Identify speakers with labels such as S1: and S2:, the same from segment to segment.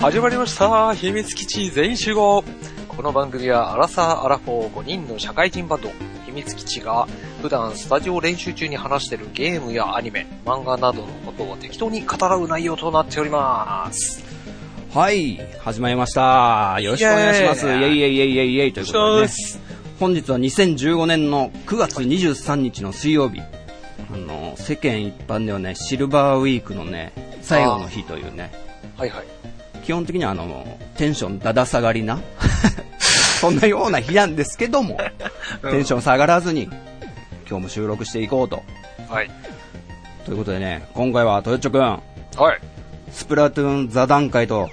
S1: 始まりました秘密基地全員集合この番組はアラサー・アラフォー5人の社会人バンド、秘密基地が普段スタジオ練習中に話してるゲームやアニメ、漫画などのことを適当に語らう内容となっております。
S2: はい、始まりました。よろしくお願いします。イ
S1: イェ
S2: ェ
S1: ーイ
S2: イイェイイェイイェイイェイということで、ね、
S1: す。
S2: 本日は2015年の9月23日の水曜日。あの、世間一般ではね、シルバーウィークのね、最後の日というね、
S1: はいはい。
S2: 基本的にはあの、テンションだだ下がりな、 そんなような日なんですけども、
S1: うん
S2: テンション下がらずに、今日も収録していこうと。
S1: はい。
S2: ということでね、今回はトヨッチョくん、
S1: はい。
S2: スプラトゥーン座談会と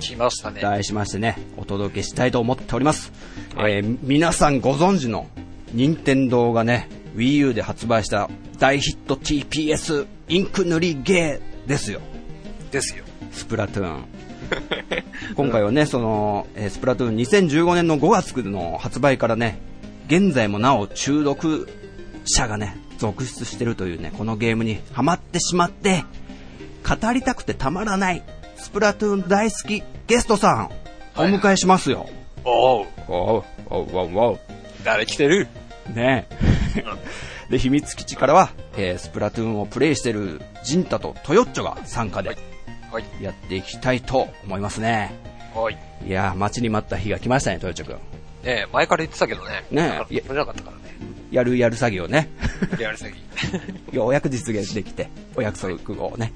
S1: 来ましたね。
S2: 題しましてね、お届けしたいと思っております。
S1: はい
S2: えー皆さんご存知の、任天堂がね、Wii U で発売した大ヒット TPS インク塗りゲーですよ。
S1: ですよ。
S2: スプラトゥーン。今回はね、その、えースプラトゥーン2015年の5月の発売からね、現在もなお中毒者がね、続出してるというね、このゲームにハマってしまって、語りたくてたまらない、スプラトゥーン大好きゲストさん、お
S1: はい
S2: 迎えしますよ。
S1: おう、
S2: おう、おう、おう、お
S1: 誰来てる
S2: う。ね え。で、秘密基地からは、えースプラトゥーンをプレイしてるジンタとトヨッチョが参加で
S1: はい。
S2: やっていきたいと思いますね。
S1: はい。
S2: いやー、待ちに待った日が来ましたね、トヨチョ君。
S1: ねえ、前から言ってたけどね。
S2: ねえ
S1: なかなか取れなかったから ね。
S2: やるやる作業ね。
S1: リアル詐欺。
S2: ようやく実現できて、お約束をね、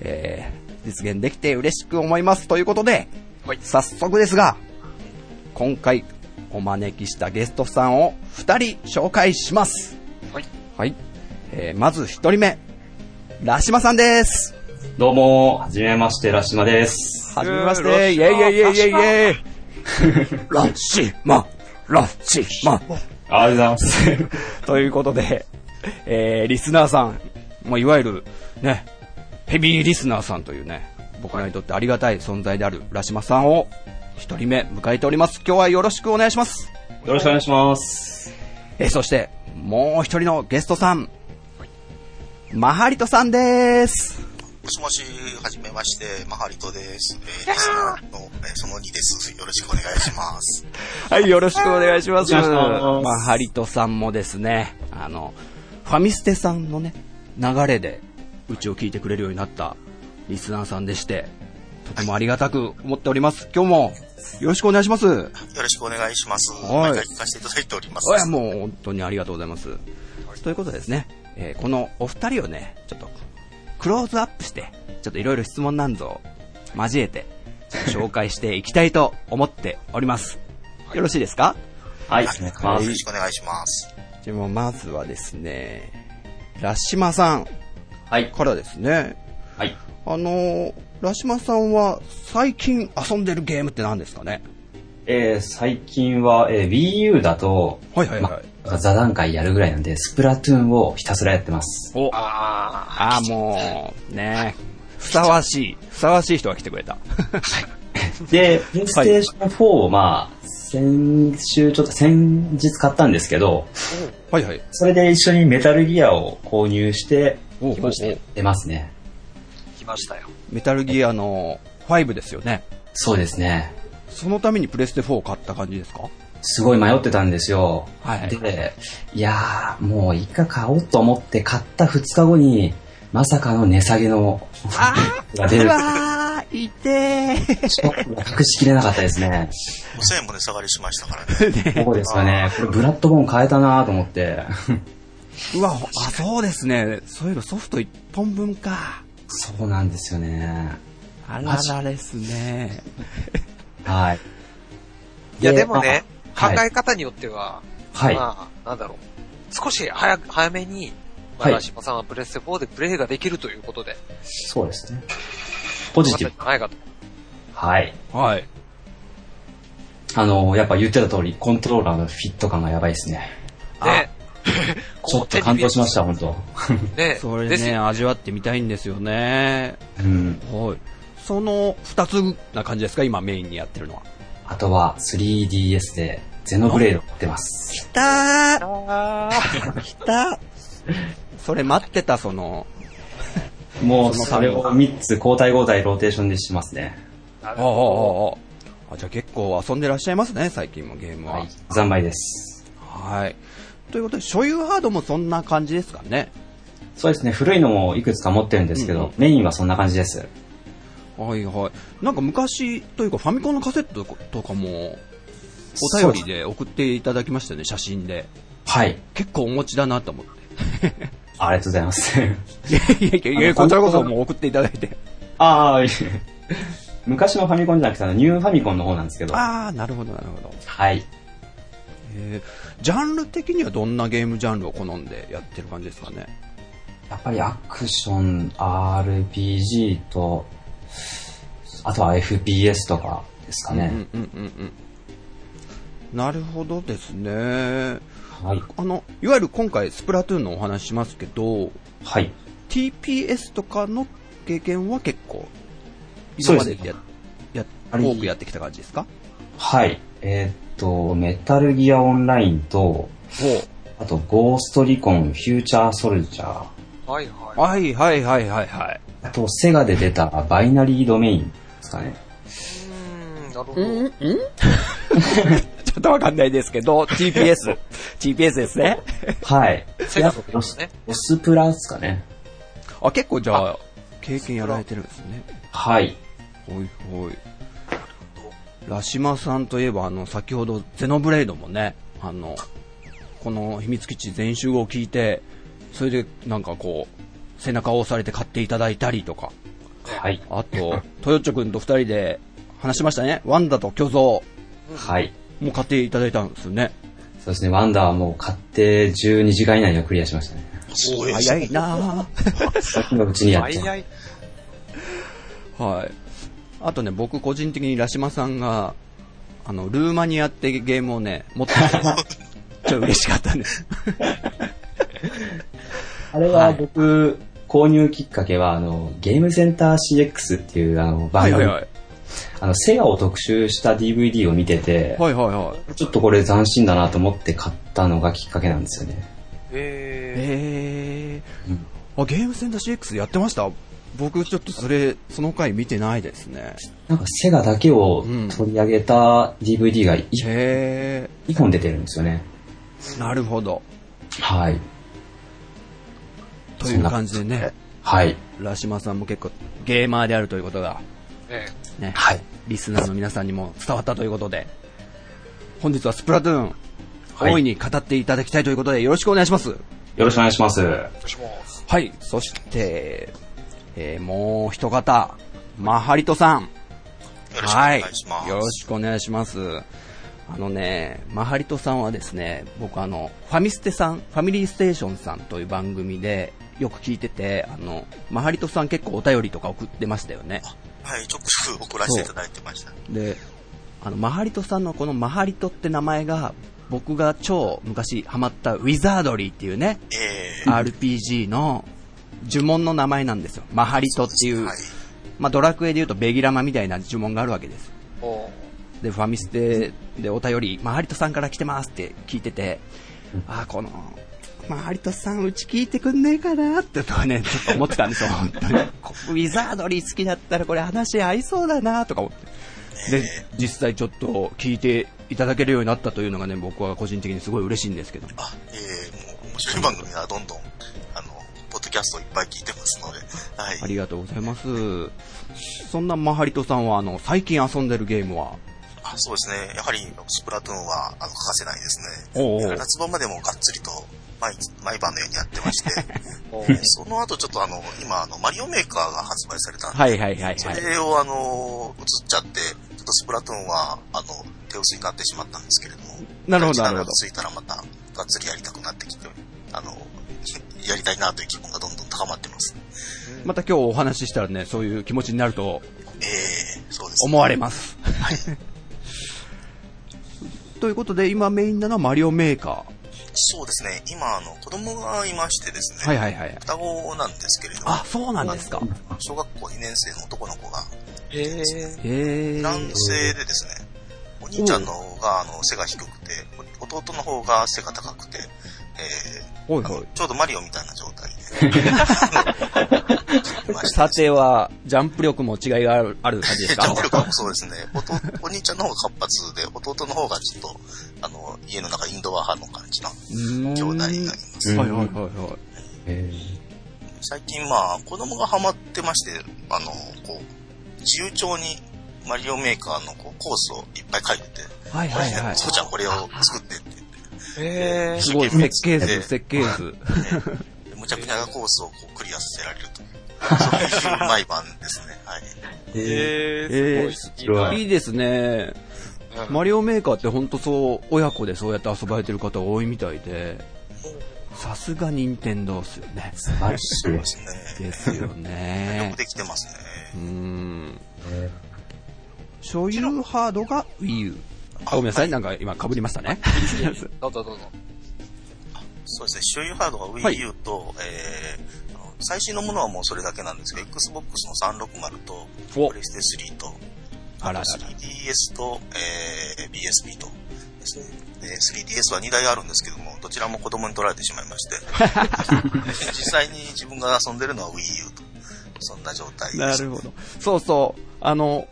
S2: えー、実現できて嬉しく思います。ということで、
S1: はい。
S2: 早速ですが、今回お招きしたゲストさんを2人紹介します。
S1: はい。
S2: はい。えー、まず1人目、ラシマさんです。
S3: どうも、はじめまして、ラシマです。
S2: はじめまし
S1: うー
S2: て、イェイイェイイェイイェイイェイ。ラシマ、ラシマ。
S3: ありがとうございます。
S2: ということで、えー、リスナーさん、まあ、いわゆる、ね、ヘビーリスナーさんというね、僕らにとってありがたい存在である浦島さんを、一人目迎えております。今日はよろしくお願いします。
S3: よろしくお願いします。
S2: えーそして、もう一人のゲストさん、マハリトさんです。
S4: もしもし、はじめまして、マハリトです。えー、リスナーの、えーその2です。よろしくお願いします。
S2: はい、よろしくお願いします。
S3: お願いします
S2: マハリトさんもですね、あの、ファミステさんのね、流れで、うちを聞いてくれるようになったリスナーさんでして、とてもありがたく思っております。今日も、よろしくお願いします。い
S4: よろしくお願いします。
S2: はい
S4: 毎回聞かせていただいております。
S2: や、もう本当にありがとうございます。ということでですね、えーこのお二人をね、ちょっと、クローズアップして、ちょっといろいろ質問なんぞを交えて、ちょっと紹介していきたいと思っております。よろしいですか
S3: はい、お願い
S4: は
S3: し
S4: い
S3: ま
S4: よろ
S3: す
S4: し。くお願いします。
S2: でもまずはですね、ラシマさん
S3: はい、
S2: からですね。
S3: はい。
S2: あのー、ラシマさんは最近遊んでるゲームって何ですかね
S3: えー、最近は、えー、Wii U だと、
S2: はいはいはい
S3: まあ座談会やるぐらいなんで、スプラトゥーンをひたすらやってます。
S2: おあ
S1: あ
S2: あー、もう、ね ふさわしい、ふさわしい人が来てくれた。
S3: で、プレイステーション4を、まあ、先週、ちょっと先日買ったんですけど、
S2: はいはい。
S3: それで一緒にメタルギアを購入して、
S2: おう
S3: 来まして、やってますね。
S1: ー、来ましたよ。
S2: メタルギアの5ですよね。
S3: そうですね。
S2: そのためにプレステ4を買った感じですか
S3: すごい迷ってたんですよ。
S2: はい
S3: で、いやー、もういいか買おうと思って買った2日後に、まさかの値下げの、が出る。
S2: わー、いて
S3: ショックが隠しきれなかったですね。
S4: 5000円も値下がりしましたからね。
S3: そうです よね。これブラッドボーン変えたなーと思って。
S2: ー。うわ、あ、そうですね。そういえばソフト1本分か。
S3: そうなんですよね。
S2: あららですね。
S3: はい。
S1: いや、でもね、
S3: あ
S1: 考
S3: はい
S1: え方によっては、
S3: はい。
S1: まあ、なんだろう。少し早く、早めに、まあ、
S3: はい
S1: ラシマさんはプレステ4でプレイができるということで、
S3: そうですね。ポジティブ
S1: よ。かったんじゃないかと。
S3: はい。
S2: はい。
S3: あのー、やっぱ言ってた通り、コントローラーのフィット感がやばいですね。
S1: ね。
S3: ちょっと感動しました、本当
S1: た。ね。
S2: それ
S1: です
S2: ね、味わってみたいんですよね。
S3: うん。
S2: はい。その二つな感じですか今メインにやってるのは。
S3: あとは 3DS でゼノブレード売ってます。
S2: きたー
S1: あ
S2: きた それ待ってた、その、
S3: もう
S2: その
S3: それを3つ交代交代ローテーションでしますね。
S1: ーなる
S2: ああああ
S1: ほ
S2: あああじゃあ結構遊んでらっしゃいますね、最近もゲームは。
S3: は
S2: はいい。。
S3: 残枚です。
S2: ということで、所有ハードもそんな感じですかね。
S3: そうですね、古いのもいくつか持ってるんですけど、
S2: うん
S3: メインはそんな感じです。
S2: はいはい。なんか昔というか、ファミコンのカセットとかも、お便りで送っていただきましたよね、写真で。
S3: はい。
S2: 結構お持ちだなと思って。
S3: ありがとうございます。
S2: いやいやいやいや、こちらこそもう送っていただいて。
S3: ああ、いえ 昔のファミコンじゃなくて、あのニューファミコンの方なんですけど。
S2: ああ、なるほどなるほど。
S3: はい。
S2: えージャンル的にはどんなゲームジャンルを好んでやってる感じですかね。
S3: やっぱりアクション、RPG と、あとは FPS とかですかね。
S2: うんうんうんうん。なるほどですね。
S3: はい。
S2: あの、いわゆる今回スプラトゥーンのお話しますけど、
S3: はい。
S2: TPS とかの経験は結構、
S3: そ
S2: 今ま
S3: うです
S2: で
S3: ね
S2: や、や、
S3: あれ
S2: 多くやってきた感じですか
S3: はい。えーっと、メタルギアオンラインと、あと、ゴーストリコン、フューチャーソルジャー、
S1: ど。はいはい。
S2: はいはいはいはいはい。
S3: あと、セガで出たバイナリードメインで すかね。
S1: うーん、なるほ
S2: う
S1: ど。
S2: んん ちょっとわかんないですけど、TPS。TPS ですね。
S3: はい。
S1: セガのゲームですね。
S3: オスプラですかね。
S2: あ、結構じゃあ、経験やられてるんですね。
S3: はい。
S2: ほいほい。ラシマさんといえば、あの、先ほど、ゼノブレイドもね、あの、この秘密基地全集合を聞いて、それで、なんかこう、背中を押されて買っていただいたりとか、
S3: はい。
S2: あと、トヨッチョ君と二人で話しましたね。ワンダと巨像
S3: はい。
S2: も買っていただいたんですよね。
S3: そうですね、ワンダーはもう買って12時間以内にはクリアしましたね。
S4: すごいです
S2: 早
S4: ね。
S2: いなぁ。
S3: さっきのうちにやっ
S1: い
S3: ちゃ
S1: やい
S3: う。
S2: はい。あとね、僕個人的にラシマさんが、あの、ルーマニアってゲームをね、持ってきて、ちょっと嬉しかったんです。
S3: あれは僕、購入きっかけは、あの、ゲームセンター CX っていうあの
S2: は
S3: 番
S2: いは
S3: 組、
S2: いはい。
S3: あの、セガを特集した DVD を見てて、
S2: はいはいはい。
S3: ちょっとこれ斬新だなと思って買ったのがきっかけなんですよね。
S1: え
S2: え
S3: うん
S2: ー、あゲームセンター CX やってました僕ちょっとそれその回見てないですね
S3: なんかセガだけを取り上げた DVD が2
S2: へ
S3: 本出てるんですよね。
S2: えなるほど
S3: はい。
S2: という感じでね
S3: はい。
S2: ラシマさんも結構ゲーマーであるということが
S1: ー、ね
S2: ね
S3: はい。
S2: リスナーの皆さんにも伝わったということで本日はスプラトゥーン
S3: はい
S2: 大いに語っていただきたいということでよろしくお願いします
S3: よろしくお願いします。は
S1: もしもし
S2: はいそして、えーもう一方マハリトさん
S4: よろしくお願いしま
S2: はい。
S4: す。
S2: よろしくお願いします。あのね、マハリトさんはですね、僕あの、ファミステさん、ファミリーステーションさんという番組でよく聞いてて、あの、マハリトさん結構お便りとか送ってましたよね。
S4: はい、ちょくちょく送らせていただいてました。
S2: で、あの、マハリトさんのこのマハリトって名前が、僕が超昔ハマったウィザードリーっていうね、
S4: え
S2: RPG の呪文の名前なんですよ。マハリトってい
S4: ー、
S2: う、
S4: はい。
S2: まあドラクエで言うとベギラマみたいな呪文があるわけです。
S1: お
S2: で、ファミステでお便り、マハリトさんから来てますって聞いてて、あー、この、マハリトさん、うち聞いてくんねえかなってとかね、ちょっと思ってたんです よ、本当に。こウィザードリー好きだったらこれ話合いそうだなとか思って。で、実際ちょっと聞いていただけるようになったというのがね、僕は個人的にすごい嬉しいんですけど。
S4: あ、えー、もう面白い番組はどんどん、あの、ポッドキャストいっぱい聞いてますので、はい。
S2: ありがとうございます。そんなマハリトさんは、あの、最近遊んでるゲームは、
S4: あそうですね。やはり、スプラトゥーンは、あの、欠かせないですね。
S2: おうおう
S4: 夏場までもがっつりと、毎日、毎晩のようにやって まして、
S1: お
S4: でその後ちょっとあの、今、あの、マリオメーカーが発売されたんで、
S2: はいはいはいはい。
S4: それをあの、映っちゃって、ちょっとスプラトゥーンは、あの、手薄になってしまったんですけれども、
S2: なるほど
S4: 時
S2: なる
S4: 間
S2: ほ
S4: が
S2: ど。
S4: ついたらまた、がっつりやりたくなってきて、あの、 やりたいなという気分がどんどん高まってます。
S2: また今日お話ししたらね、そういう気持ちになると
S4: ええそうですね。
S2: 思われます。 ということで、今メインなのはマリオメーカ
S4: そうですね。今、あの、子供がいましてですね、
S2: ー。はいはいはい。
S4: 双子なんですけれども、
S2: あ、そうなんですか。
S4: 小学校2年生の男の子が、
S1: えー、
S2: へえ。
S4: 男性でですね、お兄ちゃんの方があの背が低くて、弟の方が背が高くて、えー
S2: はい
S4: あ
S2: は
S4: のちょうどマリオみたいな状態で、
S2: さては、ジャンプ力も違いがあるある感じです
S4: ジャンプ
S2: か
S4: 力はそうですね。弟、お兄ちゃんの方が活発で、弟の方がちょっと、あの、家の中インドア派の感じの兄弟になりま
S2: うー
S4: す。
S2: んはいはいはいはい。
S3: え
S4: 最近まあ、子供がハマってまして、あの、こう、自由帳にマリオメーカーのこうコースをいっぱい書いてて、
S2: はい
S4: これ
S2: はいはい。
S4: 父ちゃんこれを作ってって言って
S1: え
S2: すごい、設計図、
S4: で
S2: 設計図。
S4: でむちゃくちゃなコースをこうクリアさせられるという、そういう毎晩ですね。はい。
S1: ー、えー、
S2: えー
S1: すごい。
S3: 白
S2: いいですね。マリオメーカーって本当そう、親子でそうやって遊ばれてる方多いみたいで、さすが任天堂っすよね。
S3: 素晴らしい
S4: そう
S3: で。
S4: ですすね。
S2: ですよ
S4: よ
S2: ね
S4: く。できてますね。
S2: うーん。所有ハードが Wii U。あごめんなさい、なんか今被りましたね。
S1: どうぞどうぞ。
S4: そうですね。所有ハードが
S2: はい
S4: Wii U と、えーあの最新のものはもうそれだけなんですけど、Xbox の360と、
S2: お
S4: プレステ3と、
S2: あららら
S4: 3DS と、えー BSB とですね。で 3DS は2台あるんですけども、どちらも子供に取られてしまいまして、実際に自分が遊んでるのは Wii U と、そんな状態です。
S2: なるほど。そうそう。あの、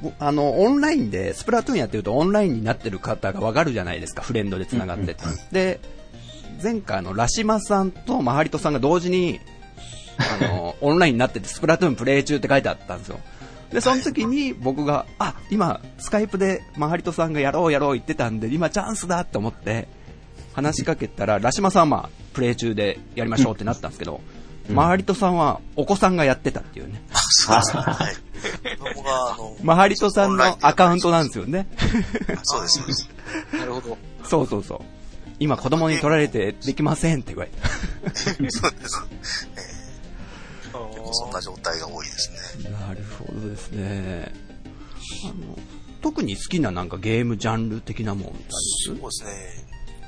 S2: ぼあの、オンラインで、スプラトゥーンやってるとオンラインになってる方がわかるじゃないですか、フレンドで繋がってて。で、前回あの、ラシマさんとマハリトさんが同時に、あ の、オンラインになってて、スプラトゥーンプレイ中って書いてあったんですよ。で、その時に僕が、あ、今、スカイプでマハリトさんがやろうやろう言ってたんで、今チャンスだと思って、話しかけたら、ラシマさんはまあプレイ中でやりましょうってなったんですけど、マハリトさんはお子さんがやってたっていうね。
S4: そうですね。はい。子供が、あの、
S2: マハリトさんのアカウントなんですよね。
S4: そうです、そうです。
S1: なるほど。
S2: そうそうそう。今子供に取られてできませんって言われ
S4: そうです。えー結構そんな状態が多いですね。
S2: た。なるほどですね。あの、特に好きななんかゲームジャンル的なもんみたい
S4: そうですね。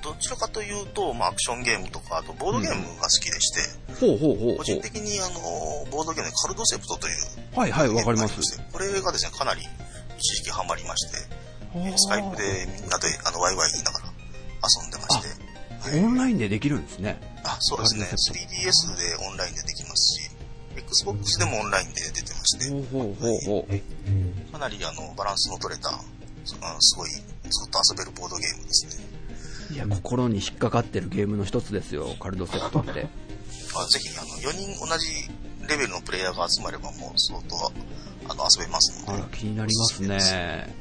S4: どちらかというと、まあ、アクションゲームとか、あとボードゲームが好きでして、
S2: ほうほうほう
S4: 個人的に、あの、ボードゲームでカルドセプトという
S2: ほう。はいはい、わかりま
S4: ゲームがありし
S2: す。
S4: てこれがですね、かなり一時期ハマりまして、
S2: あー
S4: スカイプでみんなで、あの、ワイワイ言いながら遊んでまして、
S2: オンラインでできるんですね。
S4: あ、そうですね。
S2: カルド
S4: 3DS でオンラインでできますし、Xbox でもオンラインで出てまして、
S2: ほうほうほうほう。
S3: えうん
S4: かなりあのバランスの取れた、そあのすごいずっと遊べるボードゲームですね。
S2: いや、心に引っかかってるゲームの一つですよ、カルドセットって。
S4: あぜひあの4人同じレベルのプレイヤーが集まればもう相当あの遊べます
S2: あ
S4: ので
S2: ら、、気になりますね。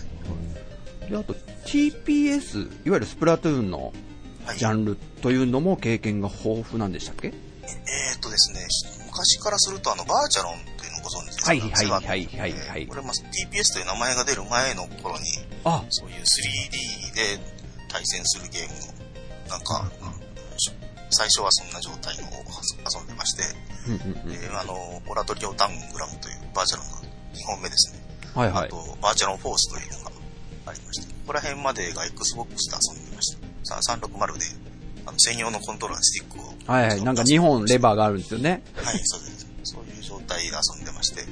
S3: え
S2: で、あと TPS、いわゆるスプラトゥーンの
S4: はい、
S2: ジャンルというのも経験が豊富なんでしたっけ
S4: えーっとですね、昔からするとあのバーチャロンというのをご存知ですか
S2: はいはいはいはいはい
S4: えーこれ、まあ、TPS という名前が出る前の頃に、
S2: あ、
S4: そういう 3D で対戦するゲームの、なんか、し最初はそんな状態のを遊んでまして、
S2: うんうんうん
S4: であの、オラトリオダングラムというバーチャロンの2本目ですね。
S2: はいは
S4: あ
S2: い。
S4: と、バーチャルフォースというのがありまして、ここら辺までが Xbox で遊んでました。さ360で、あの、専用のコントローラースティックを。
S2: はいはい。なんか2本レ
S4: ー。
S2: バーがあるんですよね。
S4: はい、そうです。そういう状態で遊んでまして、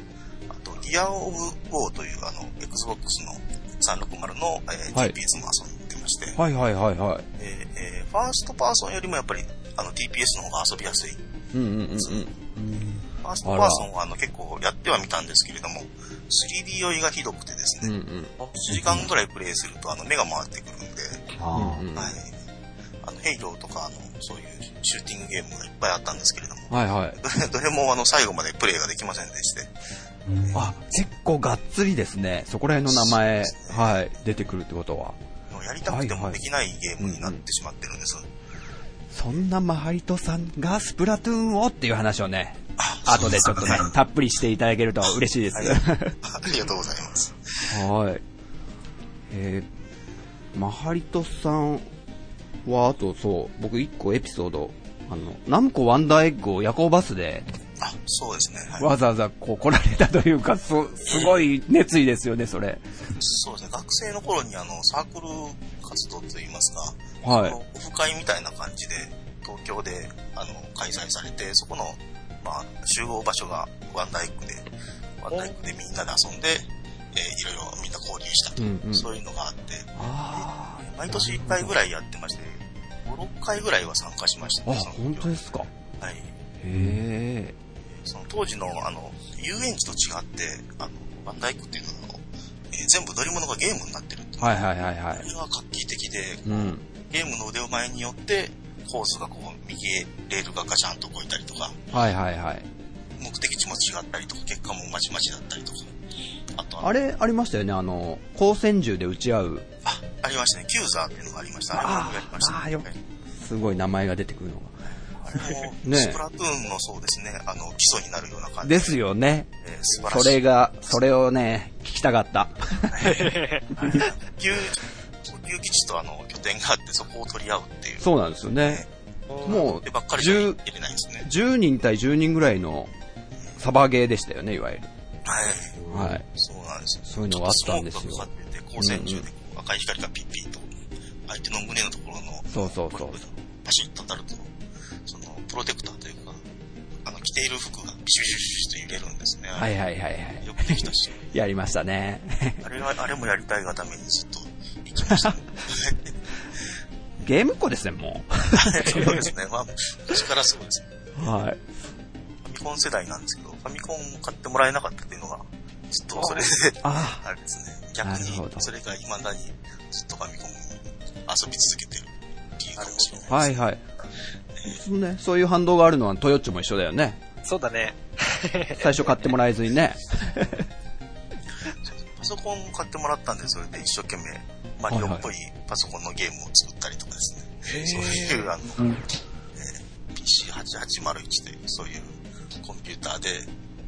S4: あと、ギアオブ・ウォーという、あの、Xbox の360の、えー
S2: はい
S4: TPS も遊んでまして、
S2: はいはいはいは
S4: でえーファーストパーソンよりもやっぱり、あの、TPS の方が遊びやすい。
S2: い。うんうんうんうん。
S4: ファーストパーソンは、あの、結構やってはみたんですけれども、3D 酔いがひどくてです
S2: うんう
S4: ね、
S2: ん。
S4: 1時間ぐらいプレイすると、あの、目が回ってくるんで、
S3: ーあ
S2: うんうん
S4: はい
S2: は。
S4: あの、ヘイローとか、あの、そういうシューティングゲームがいっぱいあったんですけれども、
S2: いはい。
S4: どれもあの、最後までプレイができませんでして、
S3: ーうん
S2: あ、結構がっつりですね。そこら辺の名前、はい、出てくるってことは。
S4: もうやりたくて
S2: はいは
S4: も
S2: い
S4: できないゲームになってしまってるんです。
S2: そんなマハリトさんがスプラトゥーンをっていう話をね、
S4: あ
S2: 後でちょっとね、たっぷりしていただけると嬉しいです。
S4: ありがとうございます。
S2: はい。えー、マハリトさんは、あとそう、僕一個エピソード、あの、ナムコワンダーエッグを夜行バスで
S4: あ、そうですね。はい
S2: わざわざこう来られたという か、そすごい熱意ですよね、それ。
S4: そうですね。学生の頃にあの、サークル活動といいますか、
S2: はい
S4: そのオフ会みたいな感じで、東京で、あの、開催されて、そこの、まあ、集合場所がワンダイクで、ワンダイクでみんなで遊んで、えーいろいろみんな交流したと、
S2: うんうん
S4: そういうのがあって、
S2: あ
S4: 毎年1回ぐらいやってまして、5、6回ぐらいは参加しました
S2: あ、
S4: ね。その時は
S2: 本当ですか。
S4: はい。
S2: へえ。
S4: その当時の、あの、遊園地と違って、あの、バンダイクっていうのは、えー全部乗り物がゲームになってるっていう。
S2: はいはいはいは
S4: こ
S2: い。
S4: れは画期的で、
S2: うん。
S4: ゲームの腕を前によって、コースがこう、右へレールがガチャンと動いたりとか、
S2: はいはいはい。
S4: 目的地も違ったりとか、結果もまちまちだったりとか。あとは
S2: あれ、ありましたよね、あの、光線銃で撃ち合う、
S4: あ、ありましたね。キューザーっていうのがありました。あれもやりました、ね。
S2: あーよ
S4: はい
S2: すごい名前が出てくるの
S4: あれも、
S2: ね
S4: スプラトゥーンのそうですね、あの、基礎になるような
S2: が。
S4: 感じ
S2: ですよね。
S4: えー素晴らしい。
S2: それが、それをね、聞きたかった。
S4: 牛、牛基地とあの、拠点があって、そこを取り合うっていう。
S2: そうなんですよね。もう
S4: で、ばっか、りじゃ
S2: 10
S4: 入れないんですね。
S2: 10人対10人ぐらいのサバゲーでしたよね、いわゆる。
S4: はい。
S2: はい。
S4: そうなんですよ。
S2: そういうのがあったんですよ
S4: スモークがかかってて、光線銃でこう赤い光がピッピッと、相手の胸のところの、
S2: そうそうそう
S4: ブロックがパシッと当たると、その、プロテクターというか、あの、着ている服がビシュビシュビシュと揺れるんですね。
S2: はいはいはいはい。
S4: よくできたし、
S2: やりましたね。
S4: あれは、あれもやりたいがためにずっと行き ました、ね。
S2: ゲームっ子ですね、も
S4: そうですね。まあ、昔からそうですね。
S2: う。はい。
S4: ファミコン世代なんですけど、ファミコンを買ってもらえなかったっていうのが、ちょっとそれで、
S2: あ
S4: あれですね。逆
S2: なるほど
S4: に、それが未だにずっとファミコンを遊び続けてる理由かもしれないです。
S2: あ、はいはい。そうね、そういう反動があるのはトヨッチョも一緒だよね。
S1: そうだね。
S2: 最初買ってもらえずにね。
S4: パソコンを買ってもらったんで、それで一生懸命マリオっぽいパソコンのゲームを作ったりとかですね。そういう、あの、
S3: うん。
S4: PC8801 で、そういうコンピューターで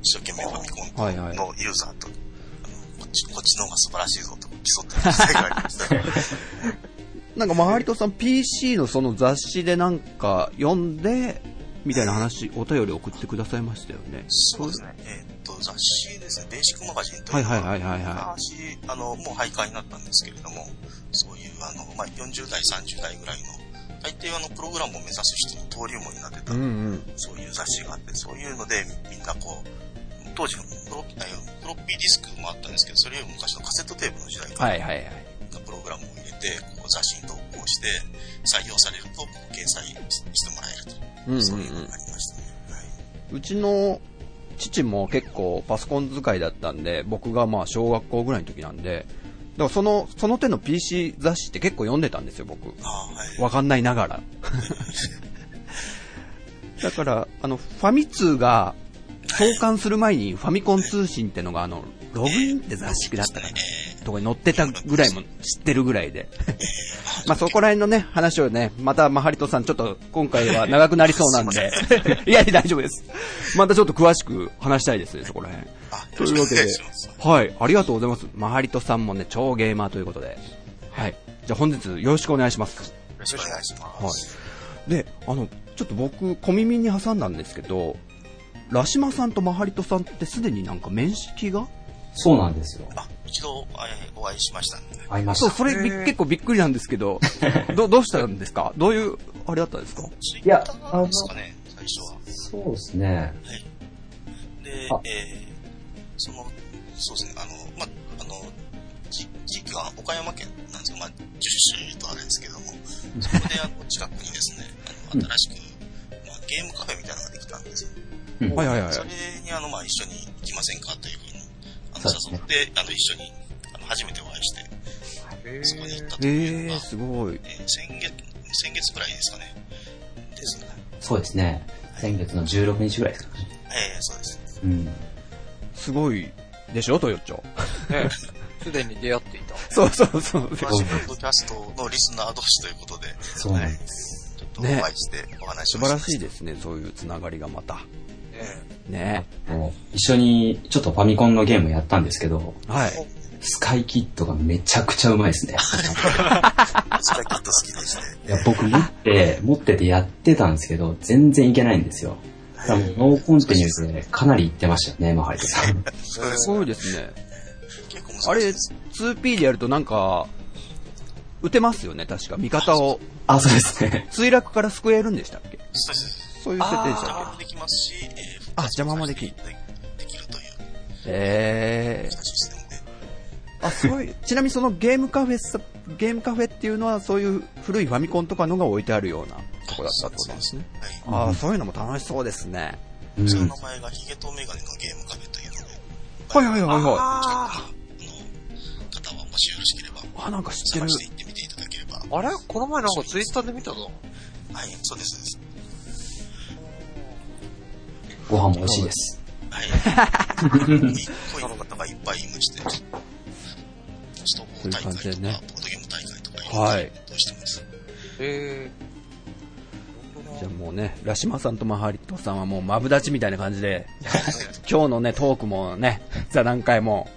S4: 一生懸命ファミコン
S2: はいはい。
S4: のユーザーと、あのこっち、こっちの方が素晴らしいぞと競ったりしたいがあり ましたね。
S2: なんか周りとさん PC のその雑誌でなんか読んで、みたいな話、お便り送ってくださいましたよね。
S4: そうですね。えーっと、雑誌ですね、ベーシックマガジンと
S2: はいいう
S4: の
S2: は
S4: が
S2: いはいはいは
S4: 昔、あの、もう廃刊になったんですけれども、そういう、あの、まあ、40代、30代ぐらいの、大抵あの、プログラムを目指す人の登竜門になって
S2: い。
S4: た、
S2: うんうん。
S4: そういう雑誌があって、そういうので、みんなこう、当時のプロあいやフロッピーディスクもあったんですけど、それよりも昔のカセットテープの時代から、
S2: はいはいはい。
S4: プログラムを入れて、こう雑誌に投稿して、採用されると、こう掲載してもらえると。
S2: うんうん
S4: そういうの
S2: う
S4: がありましたね。はい
S2: ん。うちの父も結構パソコン使いだったんで、僕がまあ小学校ぐらいの時なんで、だからその、その手の PC 雑誌って結構読んでたんですよ、僕。
S4: ああ、はい。
S2: わかんないながら。 だから、あの、ファミ通が創刊する前にファミコン通信ってのが、あの、ログインって雑誌だったかな。とかに載ってたぐらいも知ってるぐらい で。まあそこら辺のね、話をね、また、まあハリトさんちょっと今回は長くなりそうなんで。 いやいや、大丈夫です。またちょっと詳しく話したいですね、そこら辺。
S4: あ、よ
S2: と
S4: ろし
S2: いう
S4: くお
S2: わけ
S4: 願
S2: で
S4: いします。、
S2: はい、ありがとうございます。マハリトさんもね、超ゲーマーということで。はい。じゃあ本日よろしくお願いします。
S4: よろしくお願いします。
S2: はい。で、あの、ちょっと僕、小耳に挟んだんですけど、ラシマさんとマハリトさんってすでになんか面識が
S3: そうなんですよ。
S4: あ、一度えーお会いしましたんで、
S3: 会いま
S2: そう、
S3: した。
S2: それび結構びっくりなんですけど、ど どうしたんですかどういう、あれだったんですか
S4: ツイ
S3: いや
S4: ッターですかね、最初は。
S3: そうですね。
S4: で
S3: あ、
S4: えー、その、そうですね、あの、ま、あの、地地域は岡山県なんですけど、まあ、住所言うとあれですけど も、そこであの近くにですね、あの新しく、まあ、ゲームカフェみたいなのができたんですよ。
S2: はいはいはい。
S4: それにあの、まあ、一緒に行きませんかというふうに、あの、
S3: そう
S4: 誘って、あの、一緒に、あの、初めてお会いして、そこに行ったという
S2: えー、
S4: のが、
S2: すごい。
S4: えー先月、先月くらいですかね。ですね。
S3: そうですね。先月の16日ぐらいですかね。
S4: ええそうです。
S3: うん。
S2: すごいでしょ、トヨッチョ。
S1: ね。すでに出会っていた。
S2: そうそうそう。
S4: 同じポッドキャストのリスナー同士ということで、
S3: そうなんです。
S4: ちょっとお
S2: ね
S4: 会いしてお話し
S2: 素
S4: ま
S2: 晴
S4: した
S2: らしいですね、そういうつながりがまた。
S1: ね
S2: ね
S3: もう一緒にちょっとファミコンのゲームやったんですけど、
S2: はい。
S3: スカイキットがめちゃくちゃうまいですね。
S4: スカイキット好きでして。
S3: いや僕持って、持っててやってたんですけど、全然いけないんですよ。だからもうノーコンティニュースでかなりいってましたよね、マハリトさん。
S4: そうです
S2: すごいですね。
S4: 結構
S2: あ
S4: 難しい
S2: れ、
S4: です。
S2: 2P でやるとなんか、打てますよね、確か。味方を、
S3: あ、そうですね。
S2: 墜落から救えるんでしたっけ
S4: そうです。
S2: そういう設定でした
S4: 邪魔
S2: っ
S4: もできますし、えー、
S2: あ邪魔もでき
S4: る。できるという
S2: けえ
S4: 難しいシステムで。
S2: ー。あ、すごい。ちなみにそのゲームカフェさ、ゲームカフェっていうのはそういう古いファミコンとかのが置いてあるような。とこだったってこ
S5: そ
S2: と
S5: うですね。
S4: はい。
S2: ああ、そういうのも楽しそうですね。
S3: うん
S4: その名前がヒゲとメガネのゲームカフェというので、
S2: はいはいはい
S1: あ
S2: は
S4: あの、方はもしよろしければ、
S2: い。あ、なんか知って
S4: 探
S2: る。
S4: していってみていただければ。は
S1: ーあれこの前なんかツイッターで見たぞ。
S4: い、そうです、そうで
S3: ご飯も美味しいで す。
S4: す。はい。恋の方がいっぱいいまして、ちょっと大会と
S2: そういう感じでね
S4: か、ボードゲーム大会とか、
S2: はい。
S4: どうしてもです。
S1: え
S2: じゃあもうね、ラシマさんとマハリトさんはもうマブダチみたいな感じで、 今日のね、トークもね、座談会 も、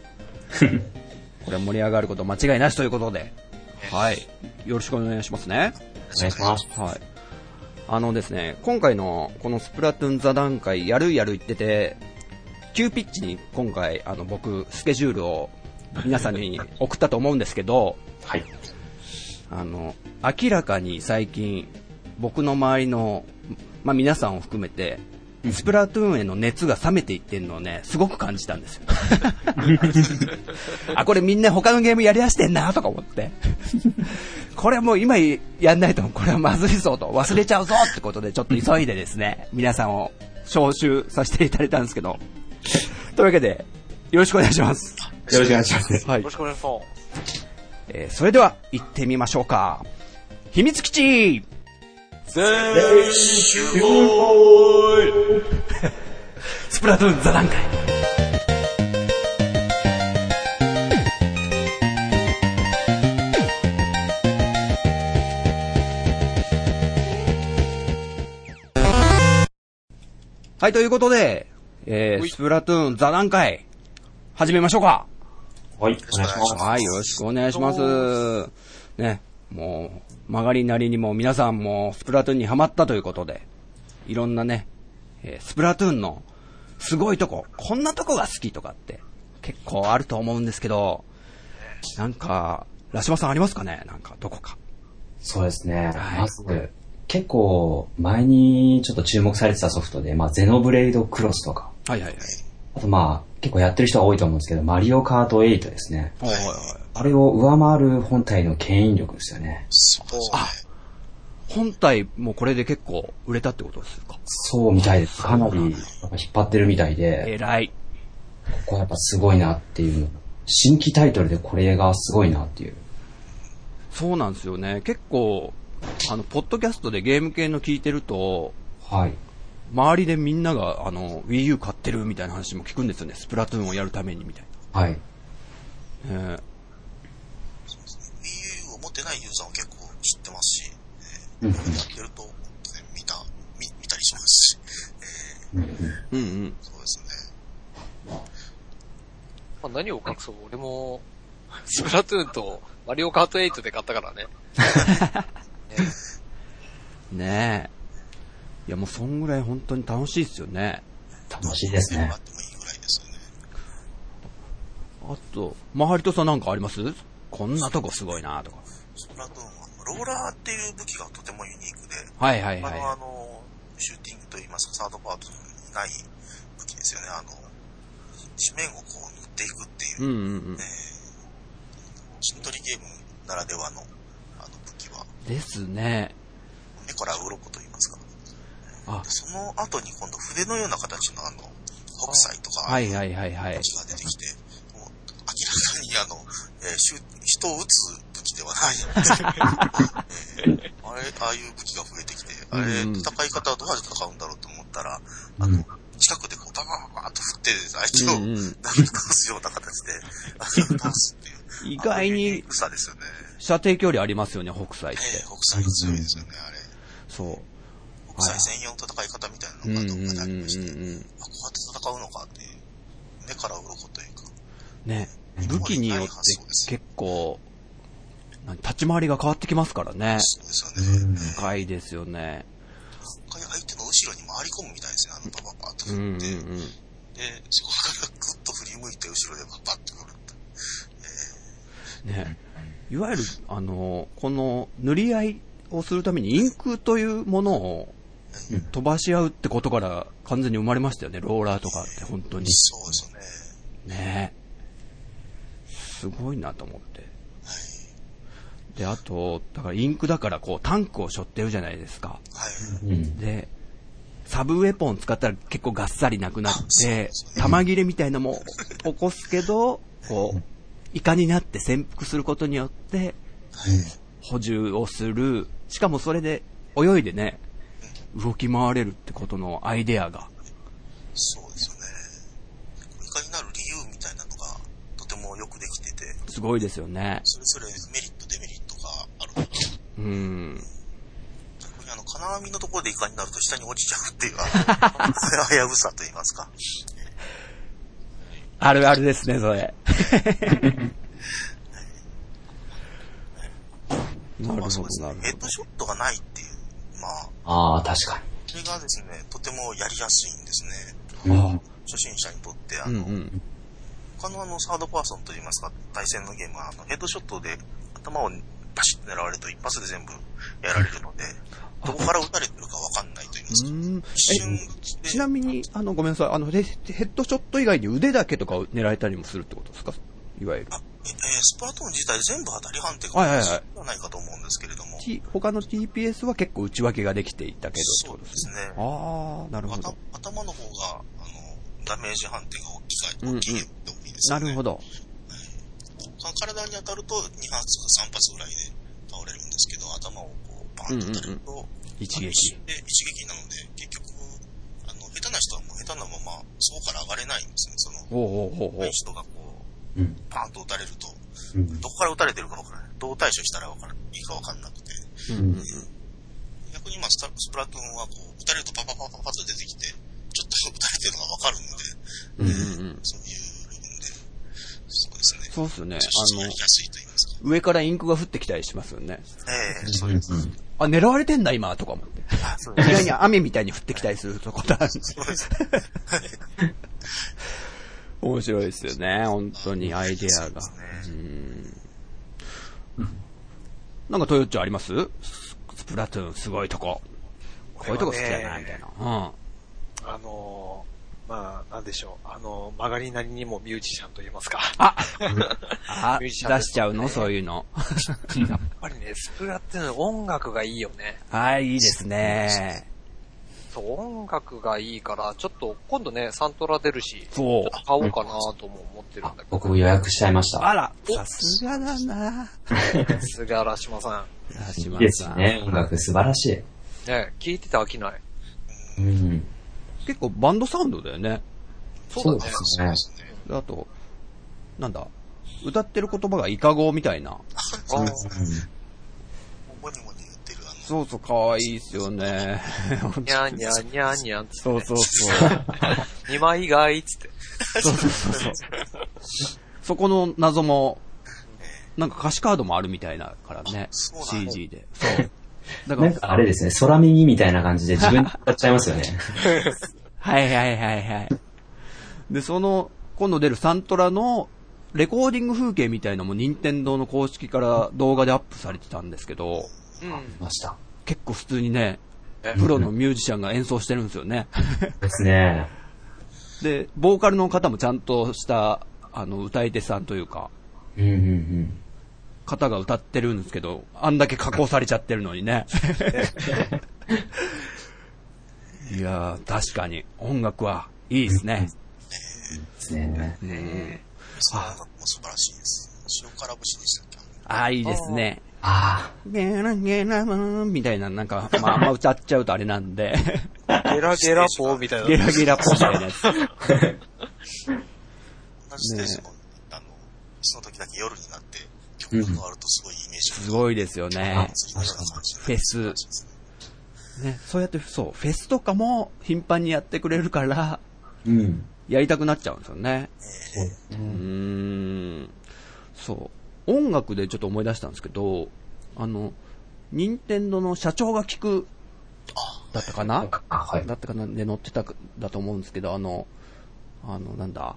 S2: これ盛り上がること間違いなしということで、はい。よろしくお願いしますね。
S3: お願いします。
S2: はい。あのですね、今回のこのスプラトゥーン座談会、やるやる言ってて、急ピッチに今回、あの、僕、スケジュールを皆さんに送ったと思うんですけど、
S5: はい。
S2: あの、明らかに最近、僕の周りの、まあ、皆さんを含めて、スプラトゥーンへの熱が冷めていってるのをね、すごく感じたんですよ。あ、これみんな他のゲームやりだしてんなとか思って。これもう今やんないと、これはまずいぞと、忘れちゃうぞってことで、ちょっと急いでですね、皆さんを招集させていただいたんですけど。というわけで、よろしくお願いします。
S5: よろしくお願いします。
S2: は
S1: ー、よろしくお願いします。
S2: えーそれでは行ってみましょうか。秘密基地スプラトゥーン座談会はい、ということで、えー、スプラトゥーン座談会、始めましょうか。
S3: はい、お願いします。
S2: はい、よろしくお願いします。ね、もう、曲がりなりにも皆さんもスプラトゥーンにハマったということで、いろんなね、えースプラトゥーンのすごいとこ、こんなとこが好きとかって結構あると思うんですけど、なんか、ラシマさんありますかねなんか、どこか。
S3: そうですね。
S2: はい
S3: まず、結構前にちょっと注目されてたソフトで、まあ、ゼノブレイドクロスとか、
S2: はいはいはい。
S3: あとまあ、結構やってる人は多いと思うんですけど、マリオカート8ですね。
S2: おいおいおい
S3: あれを上回る本体の牽引力ですよね。
S4: あ、
S2: 本体もこれで結構売れたってことですか
S3: そうみたいです。かなりやっぱ引っ張ってるみたいで、
S2: 偉い。
S3: ここはやっぱすごいなっていうの。新規タイトルでこれがすごいなっていう。
S2: そうなんですよね。結構、あの、ポッドキャストでゲーム系の聞いてると、
S3: はい。
S2: 周りでみんなが、あの、Wii U 買ってるみたいな話も聞くんですよね。スプラトゥーンをやるためにみたい
S3: はい。
S2: な。え
S4: EU を持ってないユーザーは結構知ってますし、
S3: うんうん
S4: やってると、ね見た、見見たりしますし、
S2: ーうんうん。
S4: そうですね。
S1: まあ、何を隠そう、俺も、スプラトゥーンとマリオカート8で買ったからね。
S2: ねえ。いやもうそんぐらい本当に楽しいですよね。
S3: 楽しいですね
S4: あ。ってもいいぐらいですよね。
S2: あと、マハリトさんなんかありますこんなとこすごいなとか。
S4: スプラトゥーンは、ローラーっていう武器がとてもユニークで、
S2: はいはい
S4: あの、あ
S2: は
S4: の、シューティングといいますか、サードパートにない武器ですよね。あの、地面をこう塗っていくって
S2: い。う
S4: い
S2: ん
S4: う、
S2: うんうん。
S4: しっとりゲームならではの、あの武器は、
S2: ですね。
S4: 目から鱗といいますか。
S2: あ、
S4: その後に今度筆のような形のあの、北斎とか、
S2: はいはいはいはい
S4: 武。器が出てきて、もう明らかにあの、えーシュ人を撃つ武器で はない。えーあれ、ああいう武器が増えてきて、あれ、
S2: うんうん
S4: 戦い方はどうやって戦うんだろうと思ったら、
S3: う
S4: あ
S3: ん
S4: の、近くでこう、ババババーっと振って、相手
S2: う、
S4: を
S2: んうん、
S4: なんとかすような形で、あの倒すっていう。
S2: 意外に
S4: 草ですよね。
S2: 射程距離ありますよね、北斎っ
S4: え
S2: て。
S4: ー、北斎強いですよね、あれ。
S2: そう。
S4: 国際専用の戦い方みたい
S2: うん
S4: な
S2: う
S4: の
S2: ん
S4: がどっかであ
S2: うん
S4: り
S2: うん
S4: まして、
S2: うん。
S4: あこうやって戦うのかっていう、目から鱗というか、
S2: ね、武器によって結構、何立ち回りが変わってきますからね。
S4: そうですよね。
S2: 深いですよね。
S4: 一回相手の後ろに回り込むみたいですね、あのバババッと
S2: うんうん
S4: 振
S2: う
S4: って、
S2: ん。
S4: で、そこからぐっと振り向いて後ろでババッと振るって。
S2: ね。いわゆる、あの、この塗り合いをするためにインクというものを飛ばし合うってことから完全に生まれましたよね。ローラーとかって本当に。
S4: そうですよね。
S2: ねすごいなと思って。で、あと、だからインクだからこうタンクを背負ってるじゃないですか。
S4: はい。
S3: うん。
S2: で、サブウェポン使ったら結構ガッサリなくなっ
S4: そうで
S2: て、玉切れみたいなのも起こすけど、こう、イカになって潜伏することによって、補充をする。しかもそれで泳いでね、動き回れるってことのアイデアが。
S4: そうですよね。イカになる理由みたいなのが、とてもよくできてて、
S2: すごいですよね。
S4: それぞれメリット、デメリットがあるので、
S2: うん。
S4: 逆にあの、金網のところでイカになると下に落ちちゃうっていう、 あの危うさと言いますか。
S2: あるあるですね、そ れ。なる
S4: まあそう
S2: ほ
S4: です
S2: ど、な
S4: ね
S2: る。
S4: ヘッドショットがないっていう、まあ、
S3: ああ、確か
S4: それがですね、とてもやりやすいんですね。
S3: に。うん
S4: 初心者にとって、あ
S2: ほど。うん
S4: の、
S2: うん。
S4: 他のあの、サードパーソンと言いますか、対戦のゲームは、あの、ヘッドショットで頭をバシッと狙われると一発で全部やられるので、どこから撃たれてるかわかんないと言います
S2: う
S4: か。
S2: ん
S4: 一瞬
S2: え、
S4: で
S2: ちなみに、あの、ごめんなさい、あの、ヘッヘッドショット以外に腕だけとかを狙えたりもするってことですかいわゆる。
S4: あええースプラトゥーン自体全部当たり判定が
S2: はいはいはい
S4: ではないかと思うんですけれども、
S2: T- 他の TPS は結構内訳ができていたけど
S4: そ
S2: っ
S4: う
S2: てこと
S4: で
S2: です
S4: す
S2: ね。
S4: ね。
S2: あー、なるほ
S4: 頭
S2: ど。
S4: 頭の方が、あの、ダメージ判定が大きいか
S2: うんうん
S4: 大きいって多いです
S2: な
S4: よね。
S2: るほど。
S4: か体に当たると2発か3発ぐらいで倒れるんですけど、頭をこうバーンと当たると、
S2: 一
S4: あの
S2: 撃。
S4: で一撃なので、結局、あの、下手な人はもう下手なまま、そこから上がれないんですね。その、
S2: おうおうおうお
S4: 上手
S2: う
S4: い人がこう、
S3: うん
S4: パーンと打たれると、
S3: うん
S4: どこから打たれてるかわからない。どう対処したらわからいいかわかんなくて。
S2: うんうんうん
S4: 逆に今スタ、スプラトゥーンはこう、打たれるとパパパパパッと出てきて、ちょっと打たれてるのがわかるので、
S2: うんうんうん。
S4: そういう部分で、そうですね。
S2: そうっすよね。
S4: 実質や
S2: あ
S4: りやすいと言いますか。
S2: の、上からインクが降ってきたりしますよね。
S4: ええ
S3: そうです。うん
S2: あ、狙われてんだ今とか思って。
S4: そう
S2: 意外に雨みたいに降ってきたりするとことあるんで
S4: です。
S2: 面白いですよね、本当に、アイデアが。うん。なんか、トヨッチョありますススプラトゥーン、すごいとこ。こういうとこ好きだな、みたいな。
S1: あのーまあ、なんでしょう。あのー曲がりなりにもミュージシャンと言いますか。
S2: うん。あ、
S1: ミュー
S2: 出
S1: ジシャンですね
S2: しちゃうの、そういうの。
S1: やっぱりね、スプラっていうのは音楽がいいよね。
S2: はい、いいですね。
S1: そう、音楽がいいから、ちょっと今度ね、サントラ出るし、ち
S2: そう
S1: ょっ。と買おうかなとも思ってるんだけど、
S3: 僕も予約しちゃいました。
S2: あら、さすがだな。
S1: 菅原島さ
S2: さ
S3: い
S2: す
S3: い
S2: が
S3: ですね。音楽素晴らし
S1: ん。ね、聞いてて飽きない。
S3: い。うん。
S2: 結構バンドサウンドだよね。
S1: そうだね。
S3: そうですね。
S2: あと、なんだ、歌ってる言葉がイカ語みたいな。
S1: あー
S4: モニモニ言ってる、あの、
S2: そうそう、かわいいっすよね。
S1: にゃーにゃーにゃーにゃーっつ
S2: そうそうそう。
S1: って、2枚がいっつって。
S2: そうそうそうそう。 そこの謎も、なんか歌詞カードもあるみたいだからね。
S4: そうなの
S2: CG で。そう。だか
S3: な
S2: ら
S3: ん、かあれですね、空耳みたいな感じで自分で歌っちゃいます よね。
S2: はいはいはいはい。で、その、今度出るサントラの、レコーディング風景みたいのも任天堂の公式から動画でアップされてたんですけど、
S1: うん。
S3: ました。
S2: 結構普通にね
S1: え、
S2: プロのミュージシャンが演奏してるんですよね。
S3: ですね。
S2: で、ボーカルの方もちゃんとした、あの、歌い手さんというか、
S3: うんうんうん。
S2: 方が歌ってるんですけど、あんだけ加工されちゃってるのにね。 いやー、確かに、音楽はいいですね。
S3: ですね。
S2: うん、
S4: その音楽も素晴らしいです。塩辛節でしたっけ
S2: ああ、いいですね。
S3: あ
S2: ゲラゲラみたいな、なんか、まあ、あんま歌っちゃうとあれなん で、
S1: ゲラゲラポーみたいな。
S2: ゲラゲラっぽいみたいなやつ。
S4: 同じステージも、あの、その時だけ夜になって、曲が変わるとすごいイメージ
S2: す
S4: が、
S2: ごいですよね。
S4: 釣りのような感じ
S2: フェス、ね。そうやって、そう、フェスとかも頻繁にやってくれるから、
S3: あ。うん。
S2: やりたくなっちゃうんですよね。
S3: う
S2: うー
S3: ん
S2: ん。そう。音楽でちょっと思い出したんですけど、あの、任天堂の社長が聞く、だったかな
S3: あ、はい
S2: だ。ったかなで乗ってたく、だと思うんですけど、あの、あの、なんだ、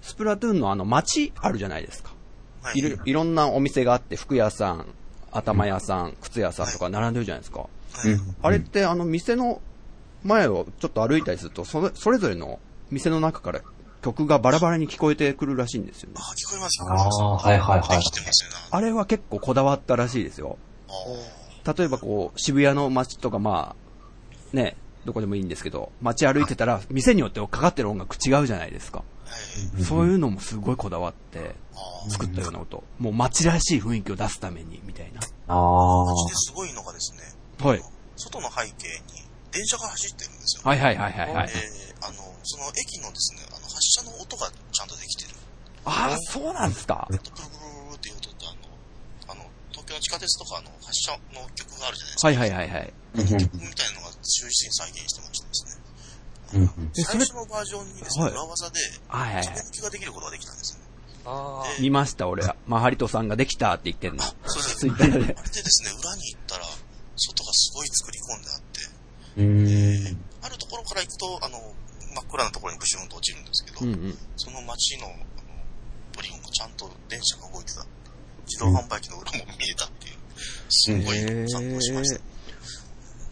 S2: スプラトゥーンのあの街あるじゃないですか。
S4: はい
S2: いろ、いろんなお店があって、服屋さん、頭屋さん、靴屋さんとか並んでるじゃないですか。
S3: うん
S2: あれって、あの、店の前をちょっと歩いたりすると、それ、それぞれの店の中から曲がバラバラに聞こえてくるらしいんですよね
S4: あ。ー、聞こえます、聞こえ
S3: あ
S4: ます。
S3: あ、はいはいは
S4: で
S3: い
S4: き。てますよね。
S2: あれは結構こだわったらしいですよ。
S4: あー
S2: 例えばこう、渋谷の街とかまあ、ね、どこでもいいんですけど、街歩いてたら、店によってかかってる音楽違うじゃないですか。
S4: はい。
S2: そういうのもすごいこだわって
S4: あー
S2: 作ったような音。もう街らしい雰囲気を出すために、みたいな。
S3: ああ
S4: そ、してすごいのがですね、
S2: はい。
S4: 外の背景に電車が走ってるんですよ。
S2: はいはいはいはい、はい
S4: え。ーあの、その駅のですね、あの、発車の音がちゃんとできてる。
S2: ああ、そうなんですか。
S4: ブルブルブルっていう音と、あの、あの、東京の地下鉄とかの発車の曲があるじゃないですか。
S2: はいはいはいはい。
S4: みたいなのが忠実に再現してましてですね。
S2: えそ
S4: 最
S2: れ
S4: 初のバージョンにですね、
S2: はい
S4: 裏技で、
S2: はいはいは
S4: 自
S2: い。
S4: 分ができることができたんですよね。
S1: ああ。
S2: 見ました、俺は。マハリトさんができたって言ってんの。
S4: そ
S2: ツイ
S4: れ
S2: ッターで
S4: で、。でですね、裏に行ったら、外がすごい作り込んであって、
S3: うーん。
S4: あるところから行くと、あの、真っ暗なところにブシュンと落ちるんですけど、
S2: うんうん。
S4: その街の、あの、ポリゴンがちゃんと電車が動いてた。自動販売機の裏も見えたっていう、すごい参考しました。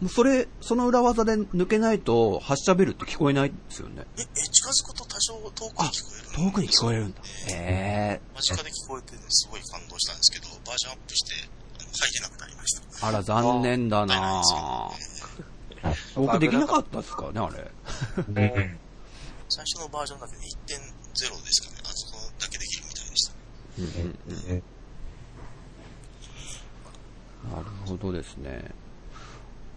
S2: もうそれ、その裏技で抜けないと、発車ベルって聞こえないんですよね。
S4: え、え、近づくと多少遠くに聞こえる
S2: 遠くに聞こえるんだ。へえ、
S4: 間近で聞こえてね、すごい感動したんですけど、バージョンアップして、あの入れなくなりました。
S2: あら、残念だなぁ僕できなかったですからね、あれ。
S4: 最初のバージョンだけで1.0ですかね。あそこだけできるみたいでした。
S2: なるほどですね。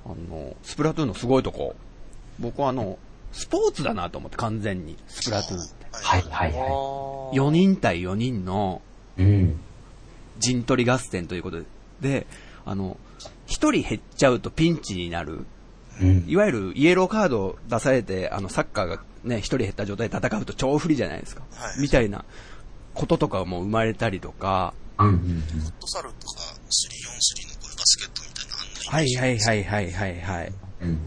S2: あの、スプラトゥーンのすごいとこ。僕はあの、スポーツだなと思って、完全に。スプラトゥーンって。
S3: はいはいは
S1: あー
S2: 4人対4人の
S3: い。うん。
S2: 陣取り合戦ということで、で、あの、1人減っちゃうとピンチになる。
S3: うん。
S2: いわゆるイエローカードを出されて、あの、サッカーがね、一人減った状態で戦うと超不利じゃないですか。
S4: はい
S2: みたいなこととかも生まれたりとか、
S3: うんうん
S4: フットサルとか、343のこういうバスケットみたいな案内。
S2: はいはいはいはいはいはい。
S3: うん。うん。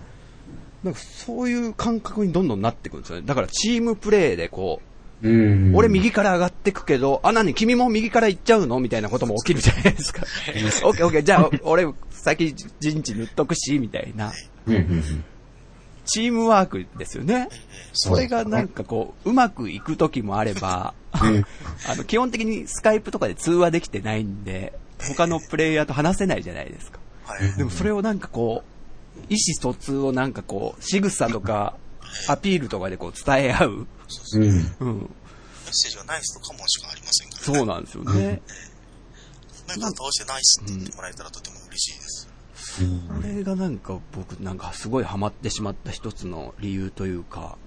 S2: なんかそういう感覚にどんどんなってくるんですよね。だからチームプレーでこ
S3: うん
S2: う、俺右から上がってくけど、あ、なに君も右から行っちゃうのみたいなことも起きるじゃないです か。オッケーオッケー、じゃあお俺先陣地塗っとくし、みたいな。
S3: うんうんうん。
S2: チームワークですよね。それがなん
S3: か、
S2: かこう、うまくいく時もあれば、
S3: うん
S2: あの、基本的にスカイプとかで通話できてないんで、他のプレイヤーと話せないじゃないですか。
S4: はい。はい。
S2: でもそれをなんかこう、意思疎通をなんかこう、仕草とか、アピールとかでこう伝え合う。
S3: うん。
S2: うん。
S4: メッセージはナイスとカモンしかありませんから、
S2: そうなんですよね。
S4: メンバー倒してナイスって言ってもらえたらとても嬉しいです。
S2: これがなんか僕なんかすごいハマってしまった一つの理由というか、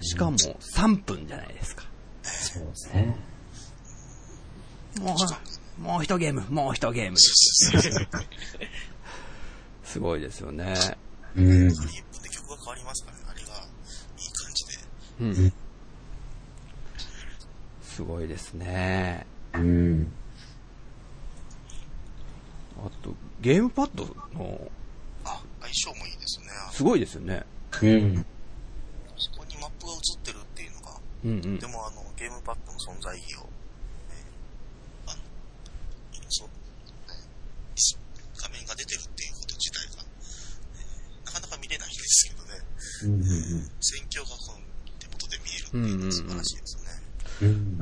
S2: しかも3分じゃないですか。
S3: そうですね。
S2: もう、もう一ゲーム、もう一ゲーム で。すごいですよね。
S3: うん。
S4: 1分で曲が変わりますからね、あれがいい感じで。
S2: うん。すごいですね。
S3: うん。
S2: あと、ゲームパッドの、
S4: あ、相性もいいですね。あ
S2: すごいですよね。
S3: うん。
S4: そこにマップが映ってるっていうのが、
S2: うんうん
S4: で。もあの、ゲームパッドの存在意義を、えーあの、そう、えーし画面が出てるっていうこと自体が、えーなかなか見れないんですけどね、
S3: うん
S4: 戦況がこの手元で見えるっていうのは素晴らしいですね。
S3: うん。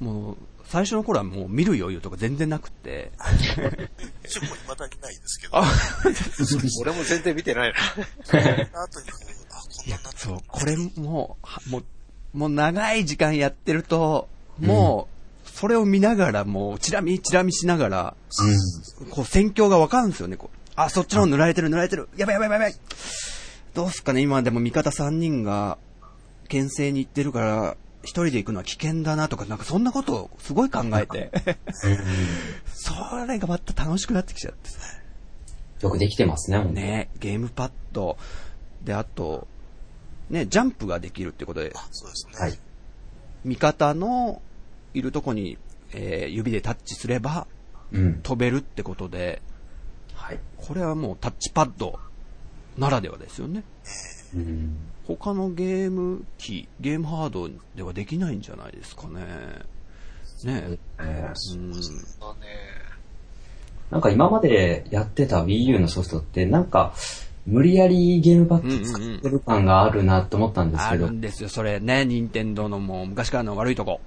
S2: もう、最初の頃はもう見る余裕とか全然なくて。
S4: 一応もう未だにないですけど、
S2: あ
S1: 俺も全然見てないな。
S4: あとにこう、あ、こんなんなって
S2: そう、これも、はもう、もう長い時間やってると、もう、それを見ながら、もう、チラ見、チラ見しながら、こう、戦況がわかるんですよね、こう。あ、そっちの方塗られてる、塗られてる。やばいやばいやばいやばい。どうすっかね、今でも味方3人が、牽制に行ってるから、一人で行くのは危険だなとか、なんかそんなことをすごい考えて、 それがまた楽しくなってきちゃって。
S3: よくできてますね、ほんと。
S2: ね、ゲームパッド。で、あと、ね、ジャンプができるってことで、
S4: そうですね。
S3: はい。
S2: 味方のいるとこに、えー指でタッチすれば
S3: うん。
S2: 飛べるってことで、
S3: はい。
S2: これはもうタッチパッドならではですよね。
S3: うん。
S2: 他のゲーム機、ゲームハードではできないんじゃないですかね。ね
S3: えー
S2: うん。
S1: だね。
S3: なんか今までやってた Wii U のソフトって、なんか、無理やりゲームパッド使ってる感があるなと思ったんです
S2: あ
S3: けど、
S2: るんですよ、それね、任天堂のもう昔からの悪いとこ。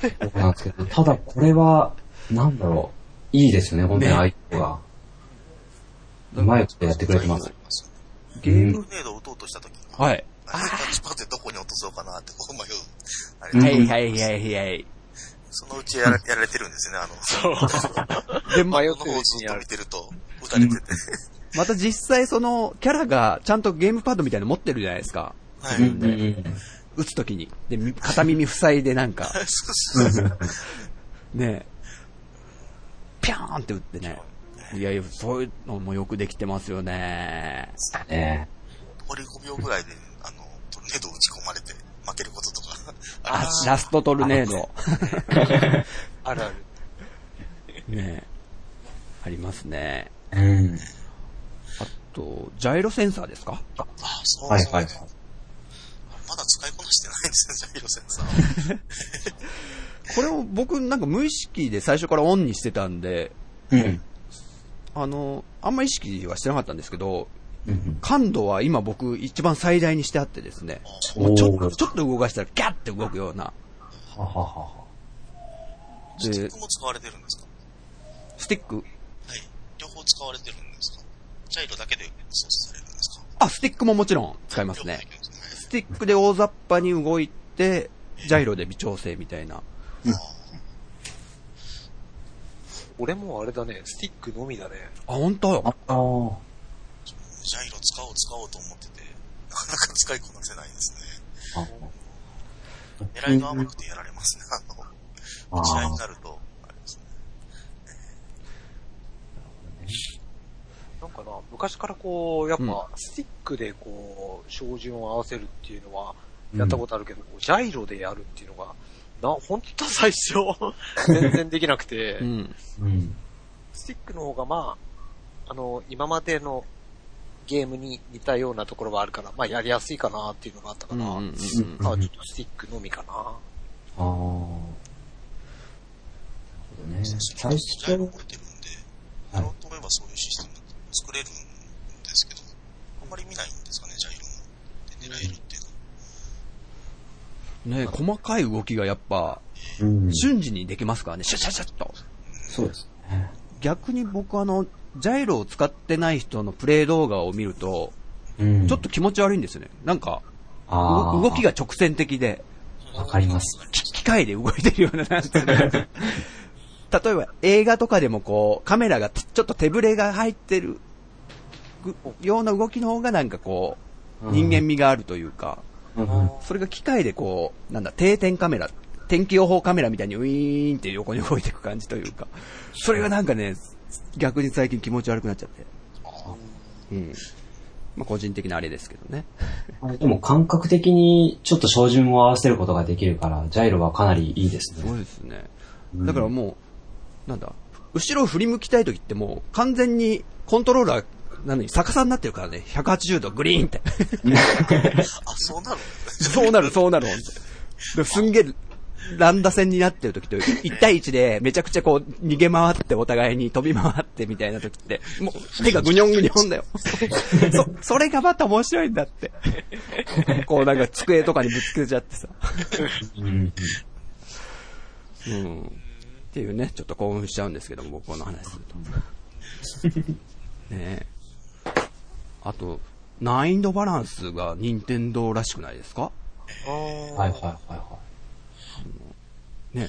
S3: そうなんですけど、ただこれは、なんだろう、いいですよね、本当に相手が。うまいことやってくれてます。
S4: ゲームトルネードを打とうとしたとき、
S2: はい。
S4: あれ、タッチパッドでどこに落とそうかなってこう迷う。あれ、
S3: うん
S2: はいはいはいはい。
S4: そのうちやらやられてるんですよね、あの、そう。
S1: で、
S4: こ
S1: 迷
S4: の
S1: っ
S4: 方
S1: てる
S4: を
S1: うち
S4: ず
S1: にや
S4: っと
S1: る
S4: 見。てると、打たれてて。
S2: また実際そのキャラがちゃんとゲームパッドみたいなの持ってるじゃないですか。
S4: は
S3: うん
S4: い。
S3: うんうん
S2: 打つときに。で、み片耳塞いでなんか、
S4: そうそうそう。
S2: ね、ぴゃーんって打ってね。いやいや、そういうのもよくできてますよね。
S3: ね
S4: 俺5秒ぐらいで、あの、トルネード打ち込まれて、負けることとか。
S2: あ
S4: あ、
S2: ラストトルネード。
S1: あるある。
S2: ねありますね。
S3: うん。
S2: あと、ジャイロセンサーですか
S4: あそう
S3: はい
S4: そう。
S3: はい。
S4: まだ使いこなしてないんですね、ジャイロセンサー。
S2: これを僕なんか無意識で最初からオンにしてたんで、
S3: うん。
S2: あの、あんま意識はしてなかったんですけど、
S3: うん
S2: 感度は今僕一番最大にしてあってですね、
S3: お
S2: ちょっ
S3: ー
S2: と、ちょっと動かしたらギャッて動くような。
S3: はははは。
S4: スティ
S2: で
S4: ッ、クも使われてるんですか
S2: スティック
S4: はい。両方使われてるんですかジャイロだけで操作されるんですか
S2: あ、スティックももちろん使いますね。
S4: 両方できるんですね
S2: スティックで大雑把に動いて、ジャイロで微調整みたいな。
S1: 俺もあれだね、スティックのみだね。
S2: あ、本当
S3: ああ。
S4: ジャイロ使おう使おうと思ってて、なかなか使いこなせないですね。
S3: あ
S4: 狙いが甘くてやられますね、あの、
S3: あ
S4: 打ち合いに
S3: ー
S4: なると、あれですね。
S1: なんかな、昔からこう、やっ
S2: うん
S1: ぱ、スティックでこう、照準を合わせるっていうのは、やったことあるけど、こうジャイロでやるっていうのが、な、本当最 初、全然できなくて、
S2: うん。
S3: うん。
S1: スティックの方がまあ、あの、今までのゲームに似たようなところはあるから、まあやりやすいかなっていうのがあったか
S2: うんう
S1: ら、
S2: んうん
S3: うん
S1: まあちょっとスティックのみかな。
S3: ああ。なるほどね。最
S4: ジャイロ
S3: 初
S4: 超えてるんで、やろうと思えばそういうシステム作れるんですけど、あんまり見ないんですかね、ジャイロも。で、狙えるっていうのは。
S2: ね細かい動きがやっぱ、
S3: うん
S2: 瞬時にできますからね、シャシャシャッと。
S3: そうですね。
S2: 逆に僕あの、ジャイロを使ってない人のプレイ動画を見ると、
S3: うん
S2: ちょっと気持ち悪いんですよね。なんか、う
S3: あー
S2: 動きが直線的で、
S3: わかります。
S2: き機械で動いてるような、なんていうの 例えば映画とかでもこう、カメラがつちょっと手ぶれが入ってるぐような動きの方がなんかこう、人間味があるというか、
S3: うんうん
S2: それが機械でこう、なんだ、定点カメラ、天気予報カメラみたいにウィーンって横に動いていく感じというか、それがなんかね、逆に最近気持ち悪くなっちゃって。うん。まあ、個人的なあれですけどね。
S3: でも感覚的にちょっと照準を合わせることができるから、ジャイロはかなりいいです
S2: す
S3: ね。
S2: ごいですね。だからもう、なんだ、後ろを振り向きたいときってもう完全にコントローラー、なのに逆さになってるからね、180度グリーンって。
S4: あ、そうなるんですね。
S2: そうなる、そうなる、ほんとですんげえ、乱打戦になってる時と、1対1でめちゃくちゃこう、逃げ回ってお互いに飛び回ってみたいな時って、もう、手がぐにょんぐにょんだよ。そ、それがまた面白いんだって。こうなんか机とかにぶつけちゃってさ。
S3: うん
S2: うん。っていうね、ちょっと興奮しちゃうんですけども、僕この話すると。ねえ。あと、難易度バランスが任天堂らしくないですか
S3: はいはいはいはい。
S2: ねえ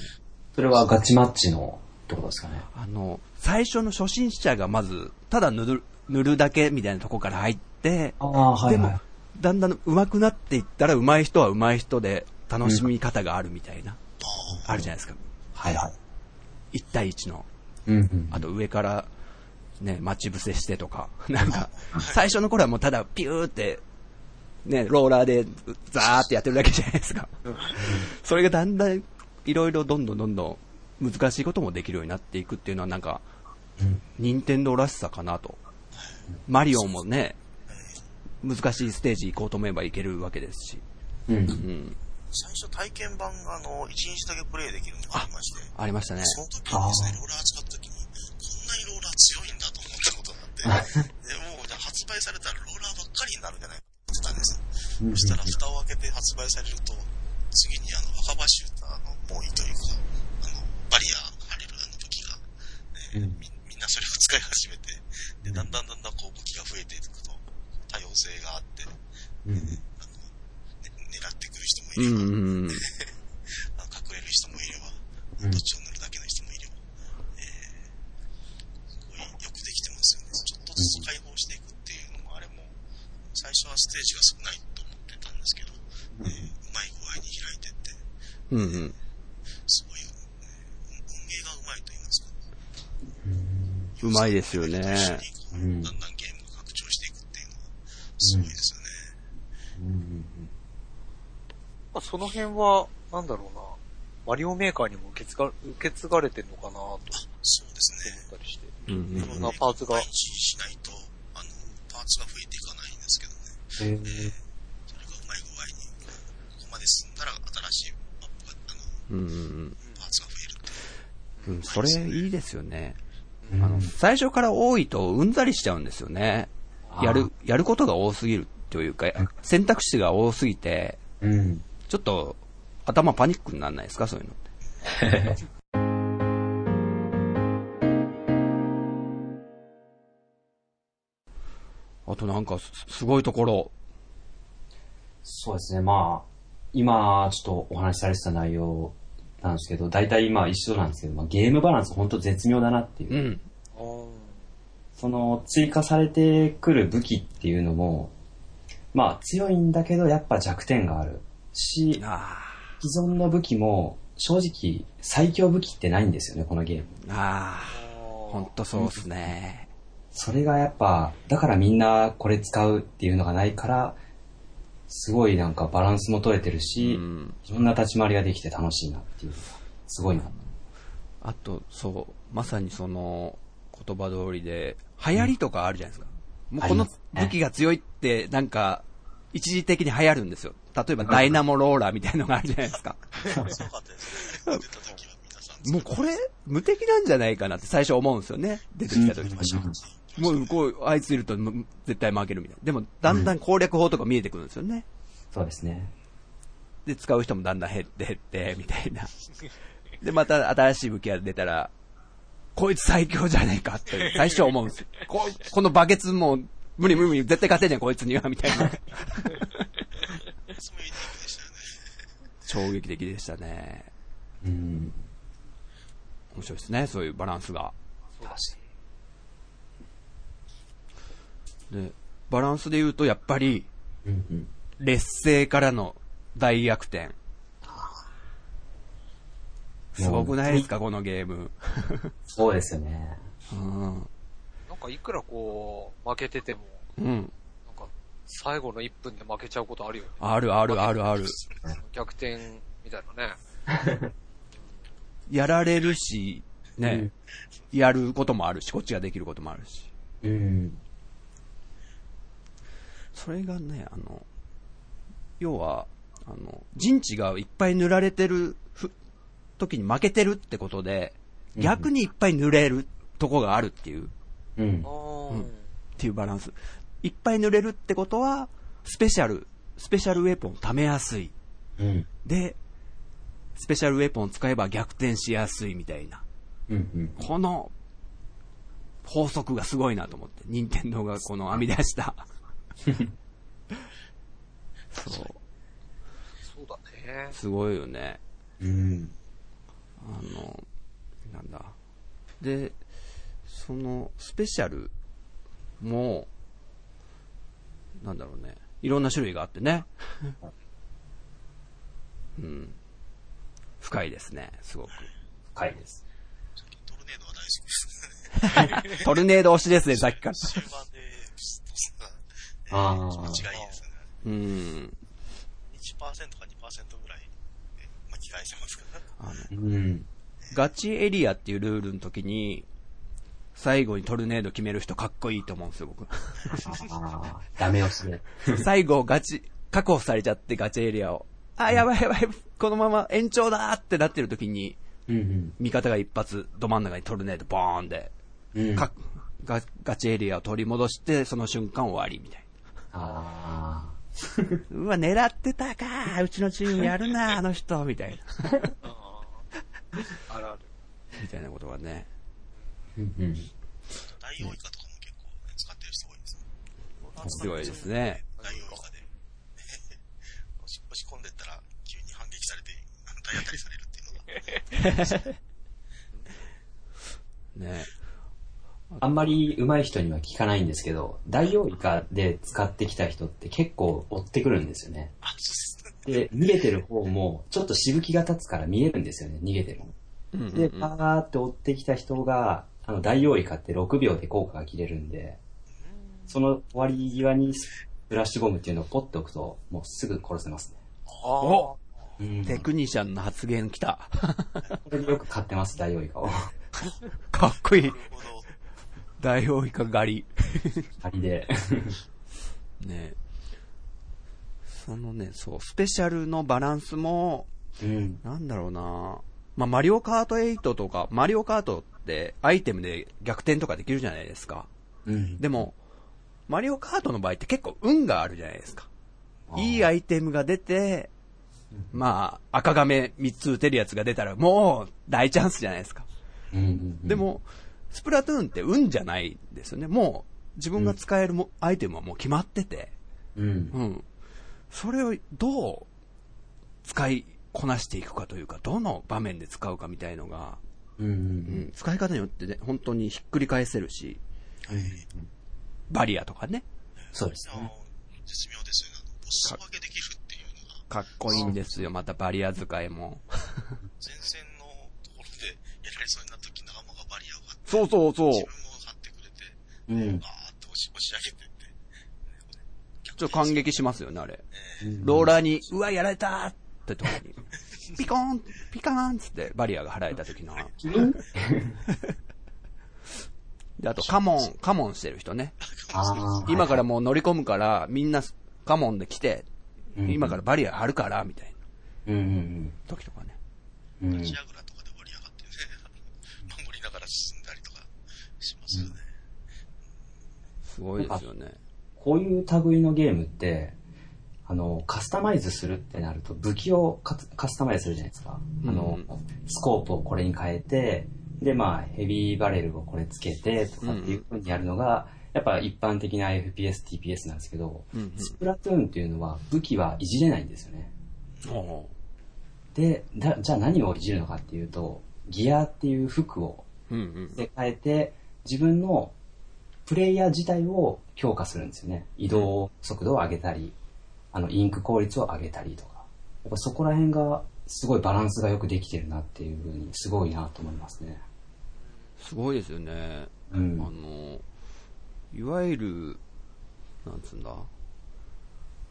S3: それはガチマッチのってことですかね。
S2: あの、最初の初心者がまず、ただ塗る、塗るだけみたいなとこから入って、
S3: ああ、はい
S2: で
S3: は
S2: も
S3: い。、
S2: だんだん上手くなっていったら、上手い人は上手い人で、楽しみ方があるみたいな、あるじゃないですか。
S3: はいはい。
S2: 1対1の。
S3: うんうん。
S2: あと上から、ね、待ち伏せしてとか、 なんか、最初の頃はもうただピューって、ね、ローラーでザーってやってるだけじゃないですか。それがだんだん、いろいろどんどんどんどん難しいこともできるようになっていくっていうのはなんか、任天堂らしさかなと。マリオもね、難しいステージ行こうと思えば行けるわけですし。
S3: うん。
S2: うん。
S4: 最初体験版が、あの、1日だけプレイできるのがありまして、
S2: ありましたね。
S4: その時にですね、ローラー使 った時に、こんなにローラー強いんだと思ったことがあって、でもう、発売されたらローラーそしたら蓋を開けて発売されると、次にあの、若葉シューターのボーイというか、あの、バリアが張れるあの武器が、えー
S3: うん
S4: みみんなそれを使い始めて、で、だんだんだんだんこう武器が増えていくと、多様性があって、
S3: うん
S4: あの、ね、狙ってくる人も
S2: う
S4: いれば、
S2: ん。
S4: あの隠れる人もいれば、
S3: うん
S4: どっちを塗るだけの人もいれば、えー、すごいよくできてますよね。ちょっとずつ解放していくっていうのも、あれも、最初はステージが少ないと思ってたんですけど、えーうまい具合に開いてって、
S2: うんうん。
S4: すごい、えー運営がうまいと言いますか、
S2: うまいですよね。
S4: 一緒にこうだんだんゲームが拡張していくっていうのは、すごいですよね。
S3: うん
S1: まあ、その辺は、なんだろうな、マリオメーカーにも受け継が受け継がれてるのかなと思っ
S4: そうですね。
S1: たりして。
S2: うんうん
S1: いろんなパーツが
S4: 毎日しないと、あの、パーツが増えていかないんですけどね。
S3: え
S4: えーそれがうまい具合に、ここまで進んだら新しいマップが、あの、
S2: うんうん
S4: パーツが増えるっていう。
S2: うんうん。それいいですよね。
S3: ー
S2: あの、最初から多いとうんざりしちゃうんですよね。やる、やることが多すぎるというか、選択肢が多すぎて、
S3: うん。
S2: ちょっと頭パニックにならないですか、そういうのって。 あとなんかす、すごいところ。
S3: そうですね、まあ、今、ちょっとお話しされてた内容なんですけど、大体今一緒なんですけど、まあ、ゲームバランス本当絶妙だなっていう。
S2: うん。
S1: あー
S3: その、追加されてくる武器っていうのも、まあ、強いんだけど、やっぱ弱点がある。し、
S2: あ
S3: 既存の武器も、正直、最強武器ってないんですよね、このゲーム。
S2: あ、あ
S1: あ
S2: あ、
S1: ー
S2: ほんとそうっすね。
S3: それがやっぱ、だからみんなこれ使うっていうのがないから、すごいなんかバランスも取れてる
S2: う
S3: し、
S2: ん。
S3: いろんな立ち回りができて楽しいなっていうのが、すごいな。
S2: あと、そう、まさにその言葉通りで、流行りとかあるじゃないですか。もうこの
S3: ありますね
S2: 武器が強いって、なんか、一時的に流行るんですよ。例えばダイナモローラーみたいなのがあるじゃないですか。
S4: すごかったですね。出た時は皆さん
S2: もうこれ、無敵なんじゃないかなって最初思うんですよね。出てきた時。もうこう、あいついるとむ絶対負けるみたいな。でも、だんだん攻略法とか見えてくるんですよね。
S3: そうですね。
S2: で、使う人もだんだん減って減って、 みたいな。で、また新しい武器が出たら、こいつ最強じゃねえかって、最初思うんですよ。こいこのバケツもう、無理無理無理、絶対勝てねえ、こいつには、みたいな。
S4: そのユニーク
S2: 衝撃
S4: でしたよね。
S2: 的でしたね。
S3: うん。
S2: 面白いですね、そういうバランスが。
S3: 確か
S2: で、バランスで言うと、やっぱり、
S3: に。うんうん。
S2: 劣勢からの大逆転。すごくないですか、このゲーム。
S3: そうですよね。
S2: うん。
S1: なんかいくらこう、負けてても、
S2: うん。
S1: なんか、最後の1分で負けちゃうことあるよね。
S2: あるあるあるある。
S1: 逆転みたいなね。
S2: やられるし、ね、やることもあるし、こっちができることもあるし。
S3: うん。
S2: それがね、あの、要は、あの、陣地がいっぱい塗られてるふ時に負けてるってことで、逆にいっぱい塗れるとこがあるっていう、っ
S3: うん
S1: あ。ー
S2: うんていうバランス。いっぱい塗れるってことは、スペシャル、スペシャルウェポンを貯めやすい。
S3: うん。
S2: で、スペシャルウェポンを使えば逆転しやすいみたいな。
S3: うんうん。
S2: この法則がすごいなと思って、任天堂がこの編み出した。そう、
S1: そうだね。
S2: すごいよね。
S3: うん。
S2: あの、なんだ。で、そのスペシャルも、なんだろうね。いろんな種類があってね。うん。深いですね、すごく。
S3: 深いです。
S4: トルネードは大好きですね。
S2: トルネード推しですね、さっきから。
S4: 終盤で、ピスッとした、え
S3: あ
S4: ー、
S3: ー
S4: 気持ちがいいですね。
S2: うん。
S4: 1%か2%ぐらい、えー巻き返せますから。
S2: あの、
S3: うん。
S2: ガチエリアっていうルールの時に、最後にトルネード決める人かっこいいと思うんですよ、
S3: ああ、ダメ押しで。
S2: 僕。最後ガチ、確保されちゃってガチエリアを。あ、やばいやばい、このまま延長だーってなってる時に、
S3: うん
S2: 味方が一発、ど真ん中にトルネードボーンで、
S3: うん。うん。
S2: かガガチエリアを取り戻して、その瞬間終わりみたい
S3: ああ。
S2: うわ、狙ってたか、うちのチームやる な、あの人、みたいな。
S1: あるある。
S2: みたいなことがね。
S3: うんうん
S4: ダイオウイカとかも結構、ね、使ってる人多いですね。
S2: すごいですね。
S4: ダイオウイカで。 押し押し込んでったら、急に反撃されて、あの体当たりされるっていうのが。
S2: ね。
S3: あんまり上手い人には聞かないんですけど、大王イカで使ってきた人って結構追ってくるんですよね。
S4: あ、そうです。
S3: で、逃げてる方も、ちょっとしぶきが立つから見えるんですよね、逃げてる
S2: う
S3: の。
S2: んうん
S3: で、パーって追ってきた人が、あの、大王イカって6秒で効果が切れるんで、その終わり際にブラッシュボムっていうのをポッと置くと、もうすぐ殺せますね。
S1: あ
S3: うん
S2: テクニシャンの発言来た。
S3: これでよく買ってます、大王イカを。
S2: かっこいい。
S4: なるほど。
S2: 大王以下狩
S3: 仮で。
S2: り。ね。そのね、そう、スペシャルのバランスも、
S3: うん。
S2: なんだろうなまあ、マリオカート8とか、マリオカートってアイテムで逆転とかできるじゃないですか。
S3: うん。
S2: でも、マリオカートの場合って結構運があるじゃないですか。
S3: あー
S2: いいアイテムが出て、まあ、赤亀3つ打てるやつが出たらもう大チャンスじゃないですか。
S3: うんうんうん
S2: で、も、スプラトゥーンって運じゃないんですよね。もう、自分が使えるも、アイテムはもう決まってて、
S3: うん。
S2: うん。それをどう使いこなしていくかというか、どの場面で使うかみたいのが、
S3: うんうん
S2: う
S3: うん
S2: ん、使い方によってね、本当にひっくり返せるし、
S4: はい。
S2: バリアとかね、
S3: そうです
S4: あの、絶妙ですよね。あのボス分けできるっていうのが、
S2: かっこいいんですよ。またバリア使いも。
S4: 前線のところでやられそうになった時仲間がバリアを張って、
S2: そうそうそう。
S4: 自分を張ってくれて、
S3: うん。
S4: バーって押し押し上げてって。
S2: ちょっと感激しますよね、あれ。
S3: うん
S2: ローラーに、うわ、やられたーってとこ に、ピコーン、ピカーンっつってバリアが払えた時の。で、あと、カモン、カモンしてる人ね。
S3: あー
S2: 今からもう乗り込むから、みんなカモンで来て、今から。バリア張るから、みたいな
S3: うんうん
S2: 時とかね。
S3: うん。うん
S4: 立ち上らとかで盛り上がってね、 守りながら進んだりとかしますよね。
S2: すごいですよね。
S3: こういう類のゲームって、あの、カスタマイズするってなると、武器をカツカスタマイズするじゃないですか。あの
S2: うん、
S3: スコープをこれに変えて、で、まあ、ヘビーバレルをこれつけて、とかっていう風にやるのが、やっぱ一般的な FPS、TPS なんですけど、
S2: うんうん
S3: スプラトゥーンっていうのは武器はいじれないんですよね。
S2: おう
S3: で、だじゃあ何をいじるのかっていうと、ギアっていう服を
S2: うんうん。
S3: で変えて、自分のプレイヤー自体を強化するんですよね。移動速度を上げたり、あの、インク効率を上げたりとか。やっぱそこら辺が、すごいバランスがよくできてるなっていうふうに、すごいなと思いますね。
S2: すごいですよね。
S3: う
S2: あ
S3: ん。
S2: の、いわゆる、なんつうんだ、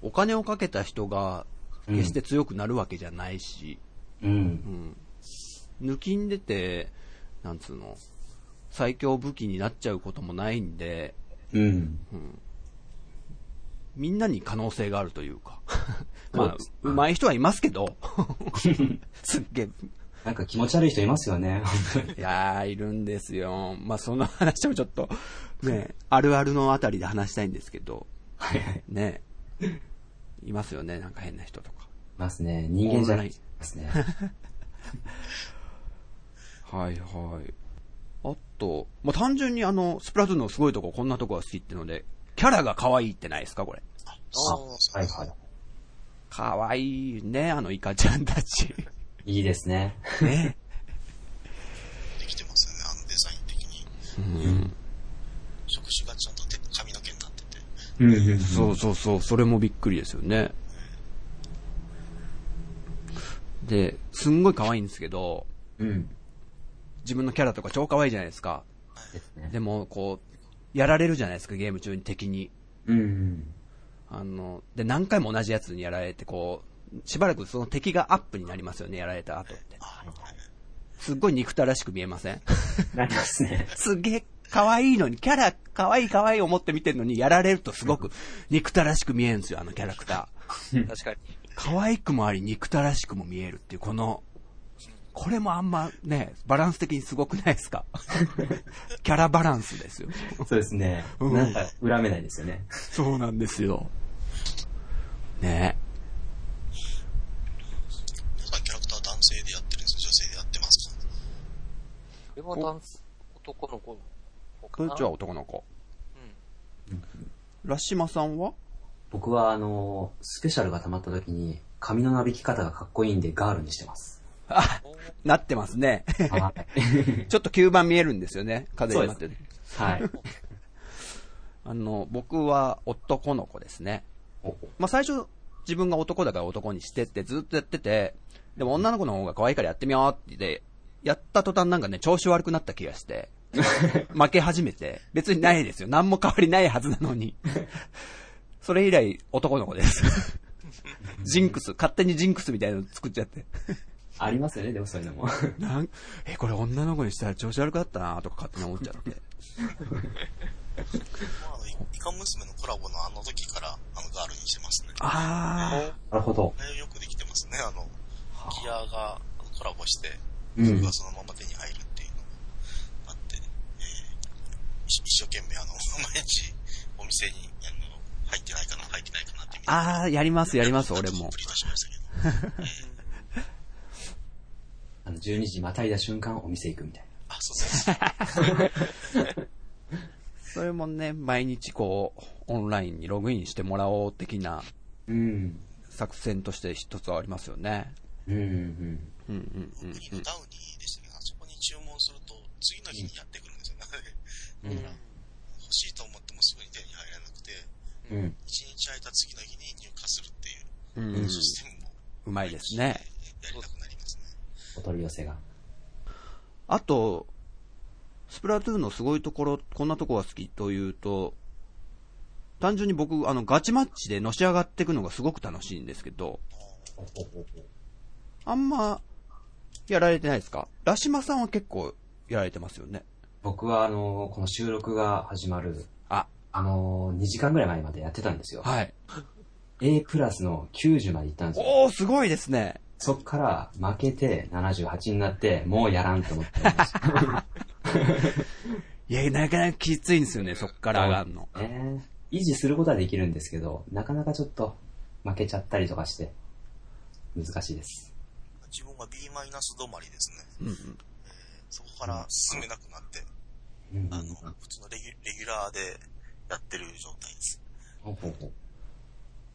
S2: お金をかけた人が決して強くなるわけじゃないし、
S3: うん。
S2: 抜きんでて、なんつうの、最強武器になっちゃうこともないんで、
S3: うん。
S2: みんなに可能性があるという か。
S3: そ
S2: ま
S3: う
S2: あ
S3: です、
S2: うまい人はいますけ ど、すっげえ、
S3: なんか気持ち悪い人いますよね。
S2: いやー、いるんですよ。まあ、その話もちょっ と、ね、あるあるのあたりで話したいんですけど、
S3: はいはい。い
S2: ね、いますよね、なんか変な人とか。
S3: ますね。人間じゃない。いますね。
S2: はいはい。あと、まあ、単純にあの、スプラトゥーンのすごいとこ、こんなとこが好きってので、キャラが可愛いってないですか、これ。
S4: そうそう。
S3: はいは
S2: 可愛いね、あのイカちゃんたち。
S3: い。いいですね。
S2: ね。
S4: できてますよね、あのデザイン的に。
S2: うん。
S4: 触手がちゃんと手髪の毛に立ってて。
S3: うんうん。
S2: そうそうそう、それもびっくりですよね。で、すんごい可愛いんですけど、
S3: うん。
S2: 自分のキャラとか超可愛いじゃないですか。
S3: ですね。
S2: でも、こう、やられるじゃないですか、ゲーム中に敵に。
S3: うん。
S2: あの、で、何回も同じやつにやられて、こう、しばらくその敵がアップになりますよね、やられた後って。すっごい憎たらしく見えません
S3: なりますね。
S2: すげえ可愛いのに、キャラ可愛い可愛い思って見てるのに、やられるとすごく憎たらしく見えるんですよ、あのキャラクター。
S1: 確かに。
S2: 可愛くもあり、憎たらしくも見えるっていう、この、これもあんまね、バランス的にすごくないですかキャラバランスですよ。
S3: そうですね。
S2: うん
S3: なんか、恨めないですよね。
S2: そうなんですよ。ね
S4: 今回キャラクター男性でやってるんです女性でやってますか
S1: これは男子、男の子の方
S2: こ
S1: か
S2: っ
S1: な。
S2: ちは男の子。
S1: うん。
S2: ラシマさんは
S3: 僕はあの、スペシャルが溜まった時に、髪のなびき方がかっこいいんでガールにして ます。
S2: あ、
S1: おー
S2: なってますね。
S3: はい。
S2: ちょっと吸盤見えるんですよね。風になってて。
S3: はい。
S2: あの、僕は男の子ですね。
S3: お
S2: まあ、最初、自分が男だから男にしてってずっとやってて、でも女の子の方が可愛いからやってみようって、やった途端なんかね、調子悪くなった気がして、 負け始めて、別にないですよ。何も変わりないはずなの に。それ以来、男の子です。ジンクス、勝手にジンクスみたいなの作っちゃって。
S3: ありますよね、でもそういうのも。
S2: なん、え、これ女の子にしたら調子悪かったなとか勝手に思っちゃって。
S4: まああの、イイカ娘のコラボのあの時から、あの、ガールにしてますね。あ
S2: あ
S3: なるほど。
S4: れよくできてますね。あの、ギアがあのコラボして、
S3: うん
S4: 僕がそのまま手に入るっていうのがあって、えー一一生懸命あの、 毎日お店に、あの、入ってないかな、入ってないかなって見
S2: あ、ああ、やります、やります、俺も
S4: プ。リ出しましたけど。
S3: あの、12時またいだ瞬間お店行くみたい
S4: あ、そうそうそう。
S2: それもね、毎日こう、オンラインにログインしてもらおう的な
S3: な。うん。
S2: 作戦として一つはありますよね。
S3: うん、うん。
S2: うんうんうん
S4: 次のダウニーでしたね。あそこに注文すると、次の日にやってくるんですよね。
S3: うん
S4: だから、欲しいと思ってもすぐに手に入らなくて、
S3: うん。
S4: 一日空いた次の日に入荷するっていう。
S2: うん
S3: うん
S4: システムも
S2: うまいですね。
S4: やりたくなりますね。
S3: お取り寄せが。
S2: あと、スプラトゥーンのすごいところ、こんなとこが好きというと、単純に僕、あの、ガチマッチでのし上がっていくのがすごく楽しいんですけど、
S3: おおお
S2: あんま、やられてないですかラシマさんは結構、やられてますよね。
S3: 僕はあの、この収録が始まる、
S2: あ、
S3: あの、2時間ぐらい前までやってたんですよ。
S2: はい。
S3: A プラスの90まで行ったんですよ。
S2: おー、すごいですね。
S3: そっから負けて78になって、もうやらんと思ってました。
S2: いや、なかなかきついんですよね、そっから上がるの。
S3: ね維持することはできるんですけど、なかなかちょっと負けちゃったりとかして、難しいです。
S4: 自分は B マイナス止まりですね。
S2: うんうん。
S4: そこから進めなくなって、
S3: うん
S4: あの、普通のレギュレギュラーでやってる状態です。
S3: ほうほうほう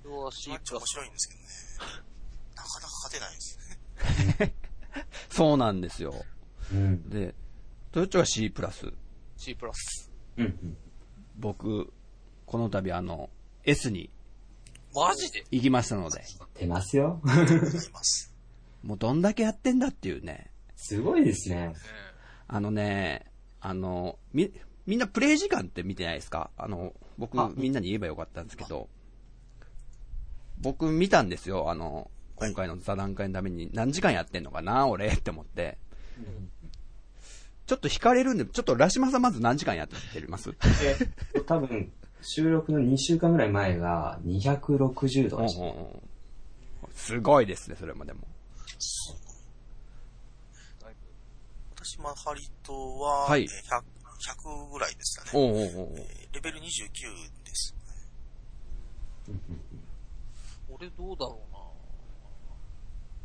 S1: これは C
S4: めっち
S1: プ
S4: ゃ
S1: ラ
S4: 面
S1: ス。
S4: 白いんで すけどね。なかなか勝てないですね。
S2: そうなんですよ。
S3: うん。
S2: で、トヨッチョが C プラス。
S1: C プラス。
S3: うんうん。
S2: 僕、この度あの、S に
S1: マジで
S2: 行きましたので、
S3: 出ますよ。
S4: います。
S2: もうどんだけやってんだっていうね。
S3: すごいですね。
S2: あのね、あの、み、みんなプレイ時間って見てないですかあの、僕
S3: あ、
S2: みんなに言えばよかったんですけど、僕見たんですよ、あの、今回の座談会のために何時間やってんのかな、俺って思って。ちょっと惹かれるんで、ちょっとラシマさんまず何時間やってます
S3: 多分、収録の2週間ぐらい前が260度
S2: うんう
S3: で
S2: ん
S3: した。
S2: うんすごいですね、それもでも。
S1: だいぶ
S4: 私、マハリトは、
S2: はい
S4: えー 100, 100ぐらいでしたね。
S2: おうおうおう
S4: えーレベル29です。
S1: 俺どうだろ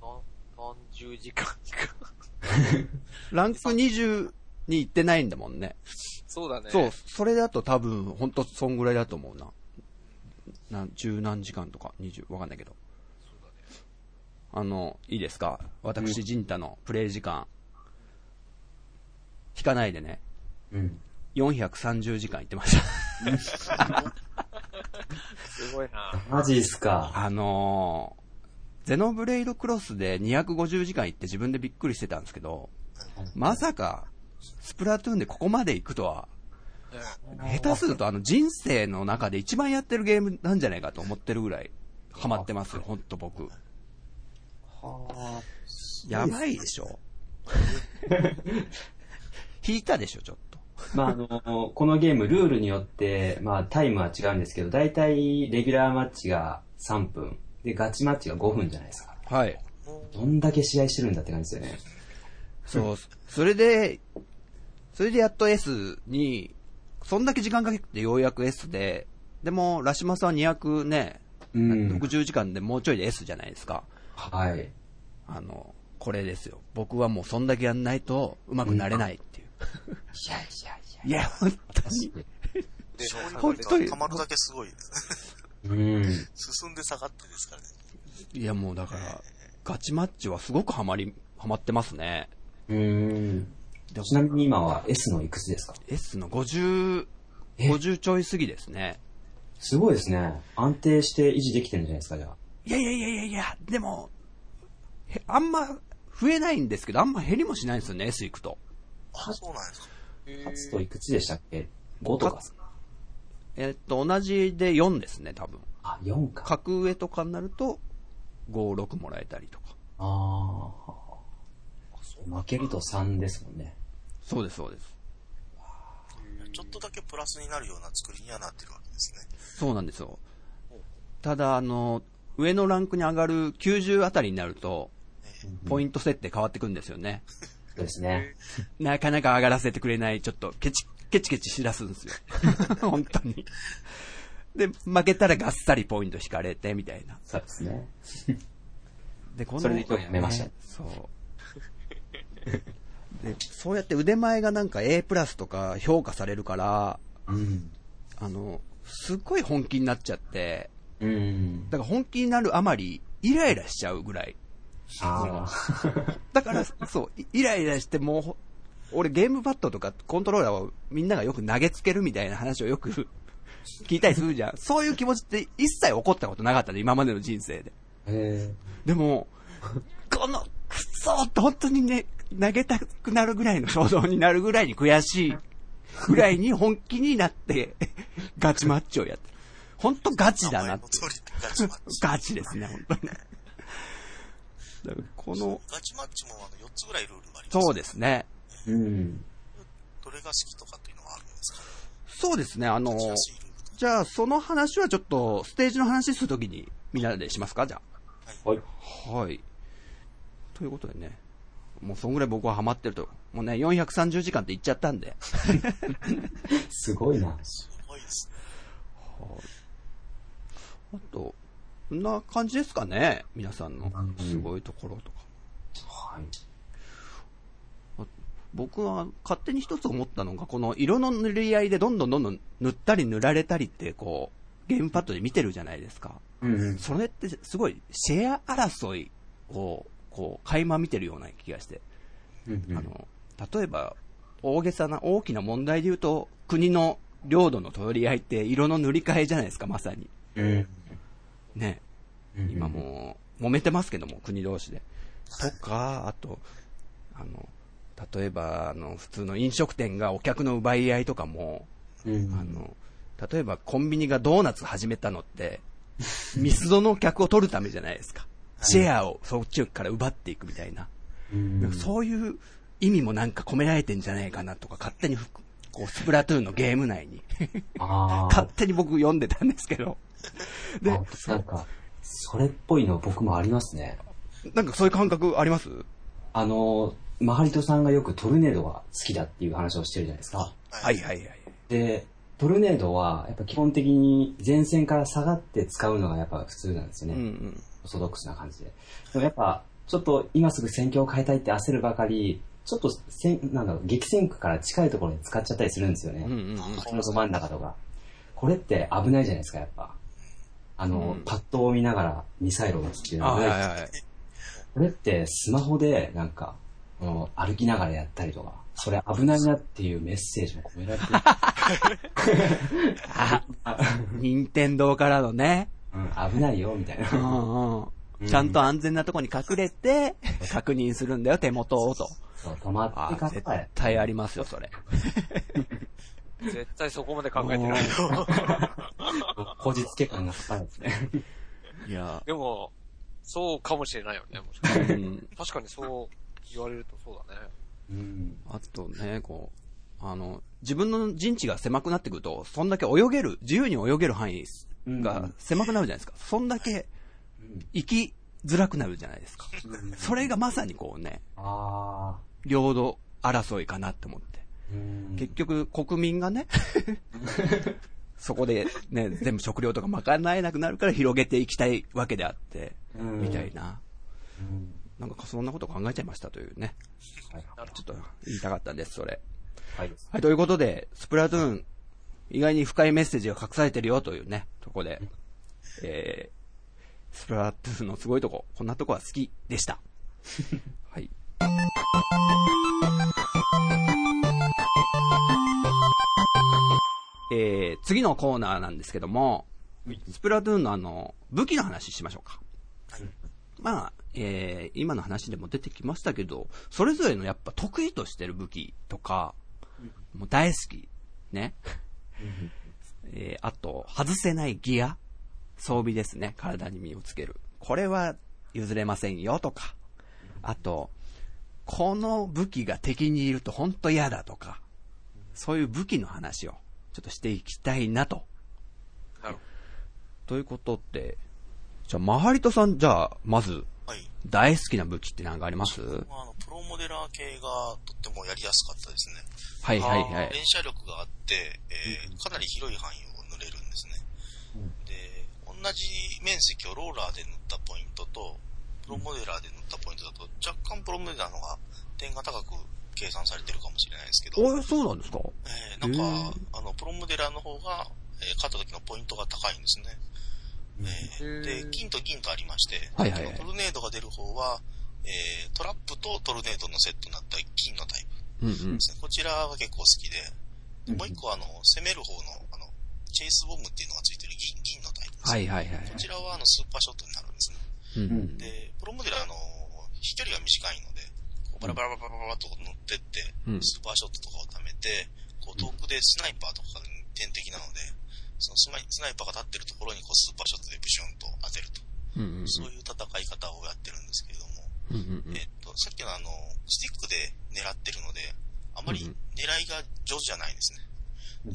S1: うな。な、何十時間か。
S2: ランク20に行ってないんだもんね。
S1: そうだね。
S2: そう、それだと多分、ほんとそんぐらいだと思うな。なん、十何時間とか、二十、わかんないけど。あの、いいですか私、ジンタのプレイ時間、引かないでね、
S3: うん。
S2: 430時間行ってました。
S1: すごいな。
S3: マジっすか。
S2: あのー、ゼノブレイドクロスで250時間行って自分でびっくりしてたんですけど、まさか、スプラトゥーンでここまで行くとは、下手するとあの人生の中で一番やってるゲームなんじゃないかと思ってるぐらい、ハマってますよ、ほんと僕。やばいでしょ。 引いたでしょ、ちょっと。
S3: まあ、あの、このゲーム、ルールによって、まあ、タイムは違うんですけど、だいたいレギュラーマッチが3分、で、ガチマッチが5分じゃないですか。
S2: はい。
S3: どんだけ試合してるんだって感じですよね。
S2: そう、それで、それでやっと S に、そんだけ時間かけてようやく S で、でも、ラシマさんは200ね、
S3: うん。
S2: 60時間でもうちょいで S じゃないですか。
S3: はい。
S2: あの、これですよ。僕はもうそんだけやんないと上手くなれないっていう。
S3: いやいやいや。
S2: いや、本当に。
S4: で、
S2: 本当に
S4: 溜まるだけすごいです。
S3: うん。
S4: 進んで下がってですからね。
S2: いや、もうだから、ガチマッチはすごくハマり、ハマってますね。
S3: うん。
S2: でも
S3: ちなみに今は S のいくつですか
S2: S の50、
S3: え
S2: 50ちょい過ぎですね。
S3: すごいですね。安定して維持できてるんじゃないですか、じゃあ。
S2: いやいやいやいやいや、でも、へあんま増えないんですけど、あんま減りもしないんですよね、S 行くと。
S4: あ、そうなんですか。
S3: 勝つといくつでしたっけ ?5 とかさ。
S2: えっと、同じで4ですね、多分。
S3: あ、4か。
S2: 格上とかになると、5、6もらえたりとか。
S3: ああ。負けると3ですもんね。
S2: そうです、そうです。
S4: ちょっとだけプラスになるような作りにはなってるわけですね。
S2: そうなんですよ。ただ、あの、上のランクに上がる90あたりになると、ポイント設定変わってくるんですよね。
S3: そうですね。
S2: なかなか上がらせてくれない、ちょっとケチ、ケチケチしだすんですよ。 本当に。で、負けたらがっさりポイント引かれて、みたいな。
S3: そうですね。
S2: で、この、
S3: それで今日やめました
S2: ねそう。で、そうやって腕前がなんか A プラスとか評価されるから、
S3: うん。
S2: あの、すっごい本気になっちゃって、
S3: うん。
S2: だから本気になるあまり、イライラしちゃうぐらい。
S3: あ
S2: だ から、そう、イイライラしてもうほ、俺ゲームパッドとかコントローラーをみんながよく投げつけるみたいな話をよく 聞いたりするじゃん。そういう気持ちって一切起こったことなかったね、今までの人生で。
S3: あ。へ
S2: でも、このクソって本当にね、投げたくなるぐらいの衝動になるぐらいに悔しいぐらいに本気になって、 ガチマッチをやって。本当ガチだなって。
S4: 名前の通りガチマッチ。
S2: ガチですね、本当に。だからこの、
S4: ガチマッチもあの4つぐらいルールがあります、
S2: そうですね。
S3: え。うん。
S4: どれが好きとかっていうのはあるんですか
S2: そうですね、あの、
S4: 難しいルールとか。
S2: じゃあその話はちょっと、ステージの話するときにみんなでしますか、じゃ
S3: はい。
S2: あ。はい。ということでね、もうそんぐらい僕はハマってると。もうね、430時間って言っちゃったんで。
S3: すごいな。
S4: すごいですね。
S2: あと、こんな感じですかね皆さんの
S3: うん
S2: すごいところとか。
S3: はい。
S2: 僕は勝手に一つ思ったのが、この色の塗り合いでどんどんどんどん塗ったり塗られたりって、こう、ゲームパッドで見てるじゃないですか。
S3: うん。
S2: それってすごいシェア争いを、こう、垣間見てるような気がして。
S3: うん。
S2: あ、の、例えば、大げさな、大きな問題で言うと、国の領土の取り合いって色の塗り替えじゃないですか、まさに。
S3: うん。
S2: ね。今。もう、揉めてますけども、国同士で。とか、あと、あの、例えば、あの、普通の飲食店がお客の奪い合いとかも、
S3: うん。
S2: あの、例えばコンビニがドーナツ始めたのって、ミスドの客を取るためじゃないですか。シェアをそっちから奪っていくみたいな。
S3: うん。
S2: そういう意味もなんか込められてんじゃないかなとか、勝手にふこう、スプラトゥーンのゲーム内に、
S3: ああ。
S2: 勝手に僕読んでたんですけど。で
S3: あ、なんか、それっぽいの僕もありますね。
S2: なんかそういう感覚あります
S3: あの、マハリトさんがよくトルネードが好きだっていう話をしてるじゃないですか。
S2: はいはいはい。
S3: で、トルネードは、やっぱ基本的に前線から下がって使うのがやっぱ普通なんですよ
S2: うん
S3: ね。
S2: う
S3: オー
S2: ん。
S3: ソドックスな感じで。でもやっぱ、ちょっと今すぐ戦況を変えたいって焦るばかり、ちょっと戦、なんだろう、激戦区から近いところに使っちゃったりするんですよね。
S2: うんうんうん。
S3: 街のど真ん中とか。これって危ないじゃないですか、やっぱ。あ
S2: う
S3: の、
S2: ん
S3: パッドを見ながらミサイルを撃つっていうの
S2: あ
S3: は
S2: は
S3: 危ないい
S2: はいはい。
S3: これってスマホでなんか、あの歩きながらやったりとか、それ危ないなっていうメッセージも込められて る。
S2: 任天堂からのね、
S3: うん、危ないよ、みたいうな。
S2: んうん。ちゃんと安全なとこに隠れて、確認するんだよ、手元をと。
S3: そう、止まっ
S2: あ
S3: てか
S2: あ、
S3: ら
S2: 絶、対ありますよ、それ。
S1: 絶対そこまで考えてない よ。
S3: こじつけ感が高いですね。
S2: いや、
S1: でも、そうかもしれないよね、もしかしたら
S2: うん。
S1: 確かにそう言われるとそうだね。
S3: うん。
S2: あとね、こう、あの、自分の陣地が狭くなってくると、そんだけ泳げる、自由に泳げる範囲が狭くなるじゃないですか。そんだけ
S3: うん、
S2: 生きづらくなるじゃないですか。それがまさにこうね、
S3: あ
S2: 領土争いかなって思って。
S3: ー。うん。
S2: 結局、国民がね、そこでね、全部食料とか賄えなくなるから広げていきたいわけであって、
S3: うん
S2: みたいな。
S3: うん
S2: なんかそんなこと考えちゃいましたというね。
S3: はい。
S2: ちょっと言いたかったんです、それ。
S3: はい。
S2: はい、ということで、スプラトゥーン、意外に深いメッセージが隠されてるよというね、とこで、えー、スプラトゥーンのすごいとこ、こんなとこは好きでした。はい。えー、次のコーナーなんですけども、スプラトゥーンのあの、武器の話しましょうか。まあ、えー、今の話でも出てきましたけど、それぞれのやっぱ得意としてる武器とか、もう大好き。ね。 えー、あと、外せないギア。装備ですね。体に身をつける。これは譲れませんよとか。あと、この武器が敵にいると本当嫌だとか。そういう武器の話をちょっとしていきたいなと。
S1: なるほ
S2: ということで、じゃあ、マハリトさん、じゃあ、まず、
S4: はい。
S2: 大好きな武器って何かあります
S4: まああの、プロモデラー系がとってもやりやすかったですね。
S2: はいはいは
S4: 連
S2: い。
S4: 射力があって、えーかなり広い範囲を塗れるんですね。で、同じ面積をローラーで塗ったポイントと、プロモデラーで塗ったポイントだと、若干プロモデラーの方が点が高く計算されてるかもしれないですけど、
S2: おそうなんですか
S4: えーなんか
S2: へ、
S4: あの、プロモデラーの方が、えー勝った時のポイントが高いんですね。えー
S1: へー
S4: で、金と銀とありまして、
S2: はいはいはい
S4: トルネードが出る方は、えートラップとトルネードのセットになった金のタイプ。
S2: うんうん
S4: で。すねこちらが結構好きで、でもう一個はあの、攻める方の、あの、チェイスボムっていうのがついてる銀、銀のタイプです
S2: は
S4: ね、
S2: いはいはい。
S4: こちらはあの、スーパーショットになるんですね。
S2: うんう
S3: うんん
S4: で、プロモデルはあの、飛距離が短いので、こうバラバラバラバラバラと乗ってって
S2: うん、
S4: スーパーショットとかを貯めて、こう遠くでスナイパーとかが天敵なので、そのスナイスナイパーが立ってるところにこうスーパーショットでブシュンと当てると。
S2: うんうん
S4: そういう戦い方をやってるんですけれども、
S2: うんうんうん
S4: えっと、さっきのあの、スティックで狙ってるので、あまり
S2: うんうん
S4: 狙いが上手じゃないんですね。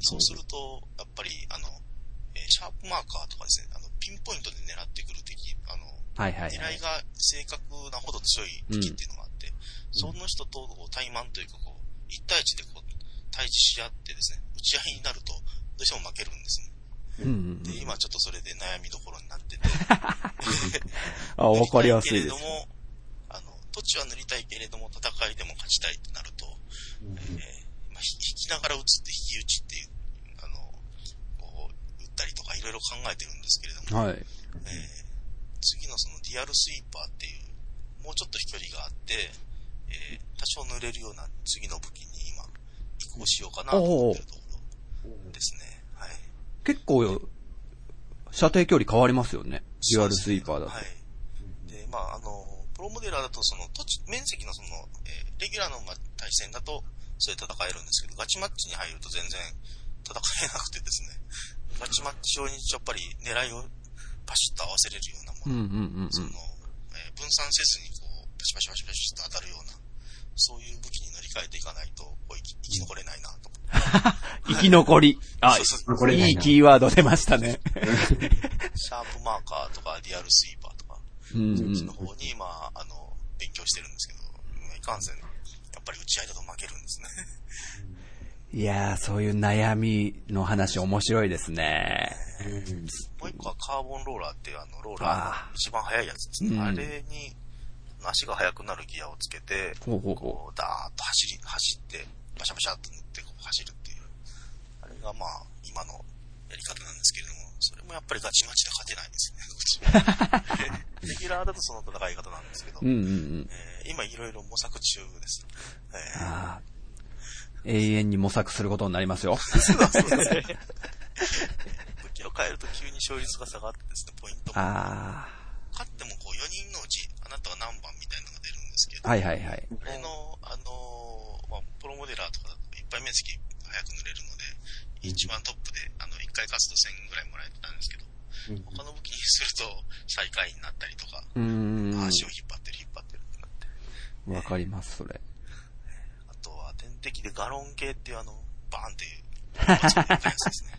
S4: そうすると、やっぱり、あの、えーシャープマーカーとかですね、あの、ピンポイントで狙ってくる敵、あの、
S2: はいはいは
S4: 狙
S2: い
S4: い。が正確なほど強い敵っていうのがあって、その人とこう対マンというか、こう、一対一でこう、対峙し合ってですね、打ち合いになると、どうしても負けるんですね。
S2: うんうん
S4: で、今ちょっとそれで悩みどころになってて、
S2: あ、わかりやすい
S4: 塗
S2: で
S4: たけ
S2: す。
S4: れども、あの、土地は塗りたいけれども、戦いでも勝ちたいってなると、
S3: うん
S4: えーまあ、ひ引きながら打つって引き打ちっていう、あの、こう、打ったりとかいろいろ考えてるんですけれども、
S2: はい。
S4: えー次のそのディアルスイーパーっていう、もうちょっと飛距離があって、えー多少塗れるような次の武器に今、移行しようかなと思ってるところですね。はい。
S2: 結構よ、射程距離変わりますよね。デュアルスイーパーだと
S4: は。い。で、まあ、あの、プロモデラーだと、その、土地、面積のその、えーレギュラーのまあ対戦だと、それで戦えるんですけど、ガチマッチに入ると全然戦えなくてですね、ガチマッチ用にやっぱり狙いをパシッと合わせれるような
S2: うんう
S4: もの、
S2: んうん
S4: その、えー分散せずにこう、パシパシパシパシと当たるような、そういう武器に乗り換えていかないと、こう生き生き残れないなと。
S2: うん。生き残り。あ、
S4: そうそう
S3: これ
S2: いいキーワード出ましたね。
S4: シャープマーカーとか、リアルスイーパーとか、
S2: うんうん
S4: の方に、まあ、あの、勉強してるんですけど、まあいかんせん、やっぱり打ち合いだと負けるんです ね。
S2: いやー、そういう悩みの話面白いですね。
S4: もう一個はカーボンローラーっていうあの、ローラー
S2: あ
S4: の一番速いやつですね。
S2: うん
S4: あれに、足が速くなるギアをつけて、
S2: ほうほうほ
S4: こう、ダーッと走り、走って、バシャバシャっと塗って、こう走るっていう。あれがまあ、今のやり方なんですけれども、それもやっぱりガチマチで勝てないんです ね、こっちレギュラーだとその戦い方なんですけど、
S2: う。うんうんうん。
S4: えー今いろいろ模索中です。えー
S2: あー永遠に模索することになりますよ。
S4: そうですね。武器を変えると急に勝率が下がってですね、ポイントも。
S2: あ
S4: 勝ってもこう4人のうち、あなたは何番みたいなのが出るんですけ
S2: ー。
S4: ど、
S2: はいはいはい。
S4: これの、あのーまあ、プロモデラーとかだといっぱい面積早く塗れるので、一番トップで、あの、1回勝つと1000ぐらいもらえてたんですけど、他の武器にすると最下位になったりとか、
S2: うーん。
S4: 足を引っ張ってる引っ張ってるってなって、
S2: わかります、それ。
S4: あとは天敵でガロン系っていうあの、バ ーンっていう、バチッてやったやつですね。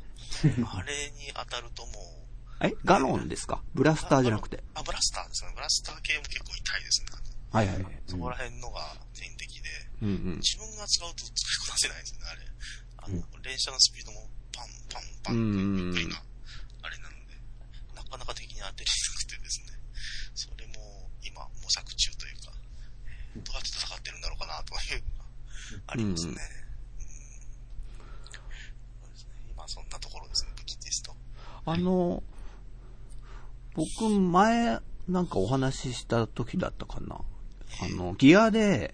S4: あれに当たるともう、
S2: え、ガロンですかブラスターじゃなくて。
S4: あ、ブラスターですね。ブラスター系も結構痛いですね。
S2: はいはいはい。
S4: そこら辺のが天敵で、
S2: うんうん。
S4: 自分が使うと使いこなせないですね、あれ。あの、連射のスピードもパン、パン、パ
S6: う
S4: ンって
S6: ん
S4: みたいな、あれなので、なかなか敵に当てれなくてですね、それも今模索中というか、どうやって戦ってるんだろうかなというのがありますね。
S6: うん
S4: そうですね今そんなところですね、武器テスト。
S2: あの、僕、前、なんかお話しした時だったかな。あの、ギアで、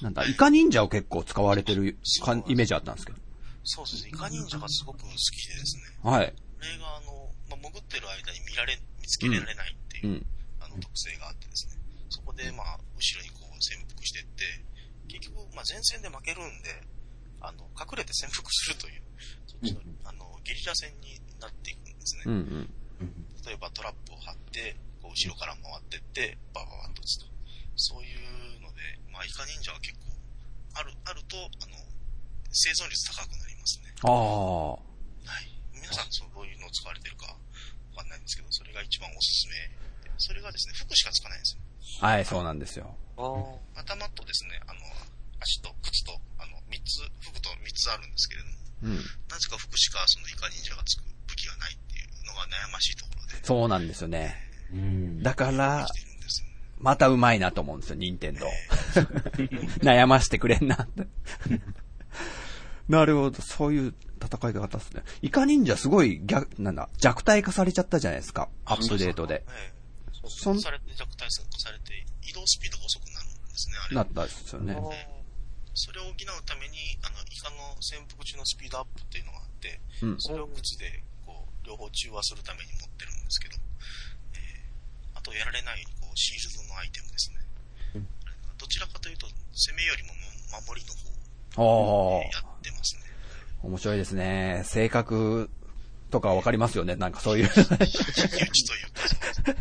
S2: なんだ、イカ忍者を結構使われてるかイメージあったんですけど。
S4: そうですね、イカ忍者がすごく好きでですね、
S2: はい。
S4: これがあの、まあ、潜ってる間に見られ、見つけられないっていうう、
S2: ん。
S4: あの特性があってですね、そこでまあ、後ろにこう潜伏してって、結局、まあ、前線で負けるんで、あの、隠れて潜伏するという、そっちの
S3: うん、
S4: あの、ゲリラ戦になっていくんです
S2: うんう
S4: ね。
S2: ん。
S3: うん
S4: 例えばトラップを張って、こう後ろから回ってって、バババッと打つと。そういうので、まあ、イカ忍者は結構、ある、あると、あの、生存率高くなりますね。
S2: ああ。
S4: はい。皆さん、そうどういうのを使われてるかわかんないんですけど、それが一番おすすめ。それがですね、服しかつかないんですよ。
S2: はい、そうなんですよ。
S1: あー
S4: 頭とですね、あの、足と靴と、あの、三つ、服と三つあるんですけれども、
S2: うん。
S4: なぜか服しかそのイカ忍者がつく武器がないっていうのが悩ましいところで、
S2: そうなんですよね。
S3: うん。
S2: だから
S4: 来、てるんですよね。
S2: またうまいなと思うんですよ、任天堂 悩ましてくれんなって。 なるほど、そういう戦い方ですね。イカ忍者すごい逆、なんだ、弱体化されちゃったじゃないですか、アップデートで。
S4: ええ。
S2: そん
S4: されて弱体化されて、移動スピードが遅くなるんですね、あれ。
S2: なったですよね。
S4: それを補うために、あの、イカの潜伏中のスピードアップっていうのがあって、
S2: うん
S4: それを靴で、こう、両方中和するために持ってるんですけど、えー、あとやられないように、こう、シールドのアイテムですね。どちらかというと、攻めよりも守りの方
S2: お
S4: を
S2: ー
S4: やってますね。
S2: 面白いですね。性格とかわかりますよね、なんかそう いう。
S4: 打ちというか、そうですね。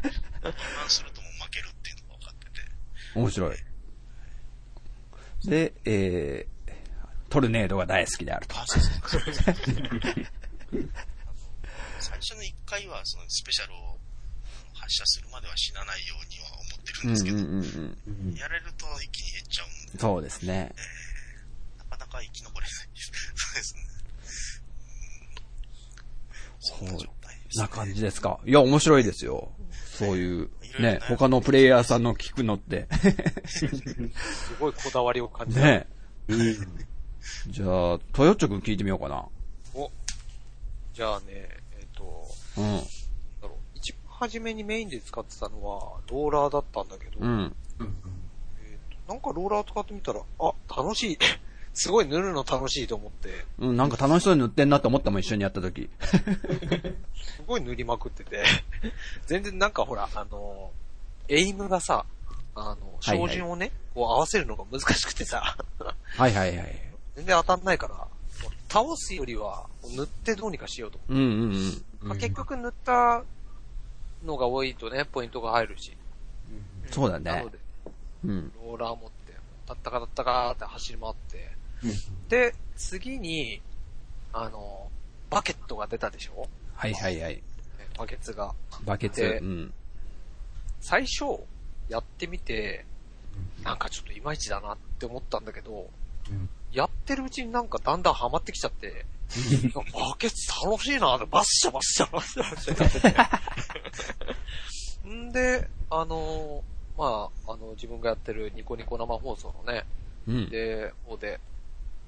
S4: 何するとも負けるっていうのが分かってて。
S2: 面白い。で、えー、トルネードが大好きであると。
S4: あ、そうそうそうそう。最初の1回は、そのスペシャルを発射するまでは死なないようには思ってる
S2: うんんう
S4: ですけど、
S2: んうんうん。
S3: うん
S4: やれると一気に減っちゃうんで、
S2: そうですね。
S4: なかなか生き残れないです。そうですね。うん、そんな状態です、
S2: な感じですか。いや、面白いですよ。そういう、ね、他のプレイヤーさんの聞くの って。
S1: すごいこだわりを感じる。
S2: ね。じゃあ、トヨッチョくん聞いてみようかな。
S1: おじゃあね、えっ、と、
S2: うん。
S1: なんだろう。一番初めにメインで使ってたのは、ローラーだったんだけど、
S2: うん。
S1: えーとなんかローラー使ってみたら、あ、楽しい。 すごい塗るの楽しいと思って、
S2: うん、なんか楽しそうに塗ってんなと思ったもん、一緒にやった時。
S1: すごい塗りまくってて、 全然なんかほら、あの、エイムがさ、あの、
S2: はいはい
S1: 照準をね、こう合わせるのが難しくてさ、
S2: はいはいはい。
S1: 全然当たんないから、倒すよりは、塗ってどうにかしようと思
S2: うんうんうん。
S1: う。まあ、結局塗ったのが多いとね、ポイントが入るし。
S2: そうだ
S1: な
S2: ね
S1: の。で、
S2: うん。
S1: ローラー持って、たったかたったかーって走り回って、で、次に、あの、バケットが出たでしょ
S2: はいはいはい。
S1: ねバケツが。
S2: バケツ。
S1: で
S2: うん。
S1: 最初、やってみて、なんかちょっといまいちだなって思ったんだけど、
S3: うん
S1: やってるうちになんかだんだんハマってきちゃって、バケツ楽しいなって、バッシャバッシャバッシャバッシャやってて。んで、あの、まあ、あの、自分がやってるニコニコ生放送のね、
S2: うん。
S1: で、方で、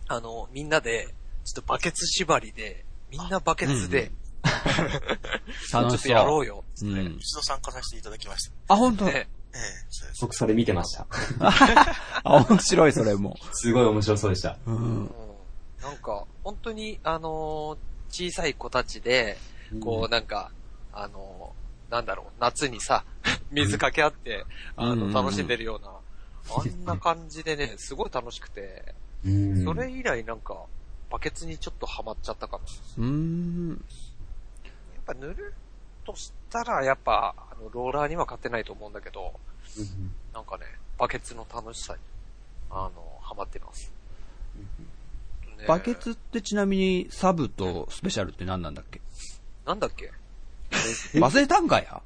S1: あの、みんなで、ちょっとバケツ縛りで、みんなバケツで、ちょ
S2: 楽
S1: っ
S2: し
S1: とやろ
S2: そう
S1: よ、
S2: う。うん。
S4: 一度参加させていただきました。
S2: あ、本当。
S1: ね。
S4: ええそうです。
S3: 僕それ見てました。
S2: あ、面白い、それも。
S3: すごい面白そうでした。
S2: うん。
S1: うんなんか、本当に、あのー小さい子たちで、こう、なんか、あのーなんだろう、夏に さ、水かけ合って、
S2: うん
S1: あの、
S2: うんうん
S1: 楽しんでるような、あんな感じでね、すごい楽しくて、
S3: うん
S1: それ以来なんか、バケツにちょっとハマっちゃったかも。
S2: うーん。
S1: やっぱ塗るとしたら、やっぱ、あの、ローラーには勝てないと思うんだけど、
S3: うん
S1: なんかね、バケツの楽しさに、あの、ハマってます。ね
S2: バケツってちなみに、サブとスペシャルって何なんだっけ
S1: なんだっけ
S2: 忘れたんかや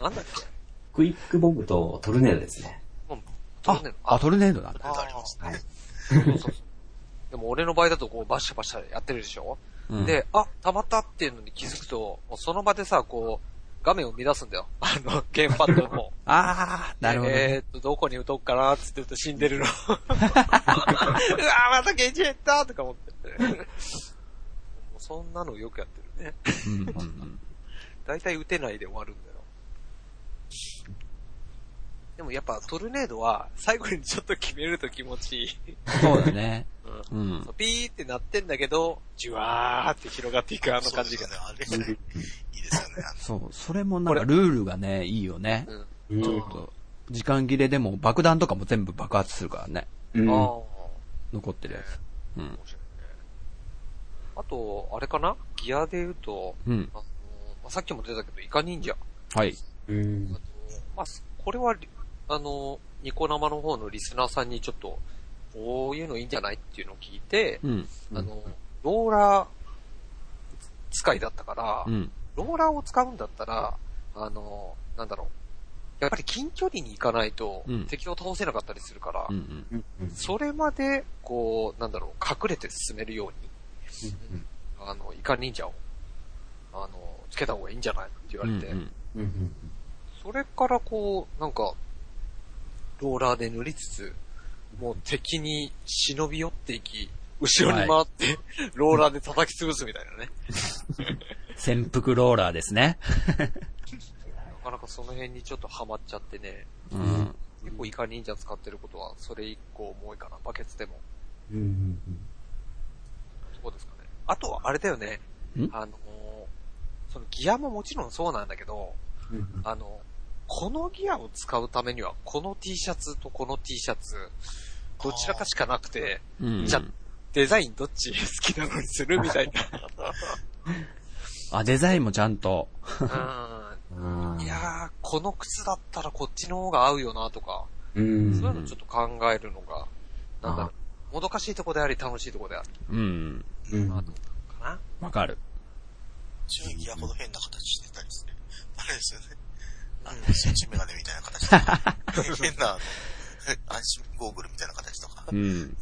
S1: なんだっけ
S3: クイックボムとトルネードですね。
S1: うん。
S2: あ
S1: トルネー、ド
S2: あ、トルネードなんだ。
S4: あります
S3: はい。
S1: そうそうそうでも俺の場合だとこうバシャバシャやってるでしょ、
S2: うん
S1: で、あ、溜まったっていうのに気づくと、もうその場でさ、こう、画面を乱すんだよ。あの、ゲームパッドも。
S2: あー、なるほど、ね。
S1: えーっと、どこに打とうかなって言って死んでる の。うわーまたゲージ減ったとか思って。 そんなのよくやってるね。
S2: うんうんうん
S1: だいたい打てないで終わるんだよ。でもやっぱトルネードは最後にちょっと決めると気持ちいい。
S2: そうだね。
S1: うん
S2: うん。
S1: ピーってなってんだけど、じゅわーって広がっていくあの
S4: そう
S1: 感
S4: で
S1: じ
S4: す
S1: が
S4: よね。。あれ、いいですよね。あの
S2: そう、それもなんかルールがね、いいよね。
S3: うん
S2: ちょっと、時間切れでも爆弾とかも全部爆発するからね。
S1: あ
S7: うん
S1: あ、
S7: あ
S1: 面
S2: 残ってるやつ。う
S1: 白
S2: ん。
S1: いね。あと、あれかなギアで言うと、
S2: うん。
S1: あのまあ、さっきも出たけど、イカ忍者。
S2: はい。
S3: うん
S1: あのまあ、すこれはリ、あの、ニコ生の方のリスナーさんにちょっと、こういうのいいんじゃないっていうのを聞いて、
S2: うん。
S1: あの、ローラー使いだったから、
S2: うん。
S1: ローラーを使うんだったら、あの、なんだろう。やっぱり近距離に行かないと
S2: うん
S1: 敵を倒せなかったりするから、
S2: うんうん。
S1: それまで、こう、なんだろう、隠れて進めるように、あの、イカ忍者を、あの、つけた方がいいんじゃないって言わ
S2: うん
S1: れ
S2: う
S1: て、
S2: ん。
S3: うん
S1: それからこう、なんか、ローラーで塗りつつ、もう敵に忍び寄っていき、後ろに回って、 ローラーで叩き潰すみたいなね。
S2: 潜伏ローラーですね。
S1: なかなかその辺にちょっとハマっちゃってね、
S2: うん。
S1: 結構イカ忍者使ってることは、それ以降も多いかな、バケツでも。
S3: うんうん
S1: そうですかね。あとは、あれだよね
S2: ん。
S1: あのーそのギアももちろんそうなんだけど、
S3: うん
S1: あの、このギアを使うためには、この T シャツとこの T シャツ、どちらかしかなくて、
S2: うん。
S1: じゃデザインどっち好きなのにするみたい
S2: あ、デザインもちゃんと。
S1: な。
S3: あ
S1: うん。
S3: ー
S1: いやー、この靴だったらこっちの方が合うよなとか、
S3: うん
S1: そういうのちょっと考えるのが、なんだろう、もどかしいとこであり楽しいとこである
S2: うん。
S3: うん
S1: かな。
S2: わかる。
S4: 注意ギアほど変な形してたりして、あれですよね。あの、スイッチメガネみたいな 形とか変な、あの、安心ゴーグルみたいな形とか。
S2: うん。
S3: うん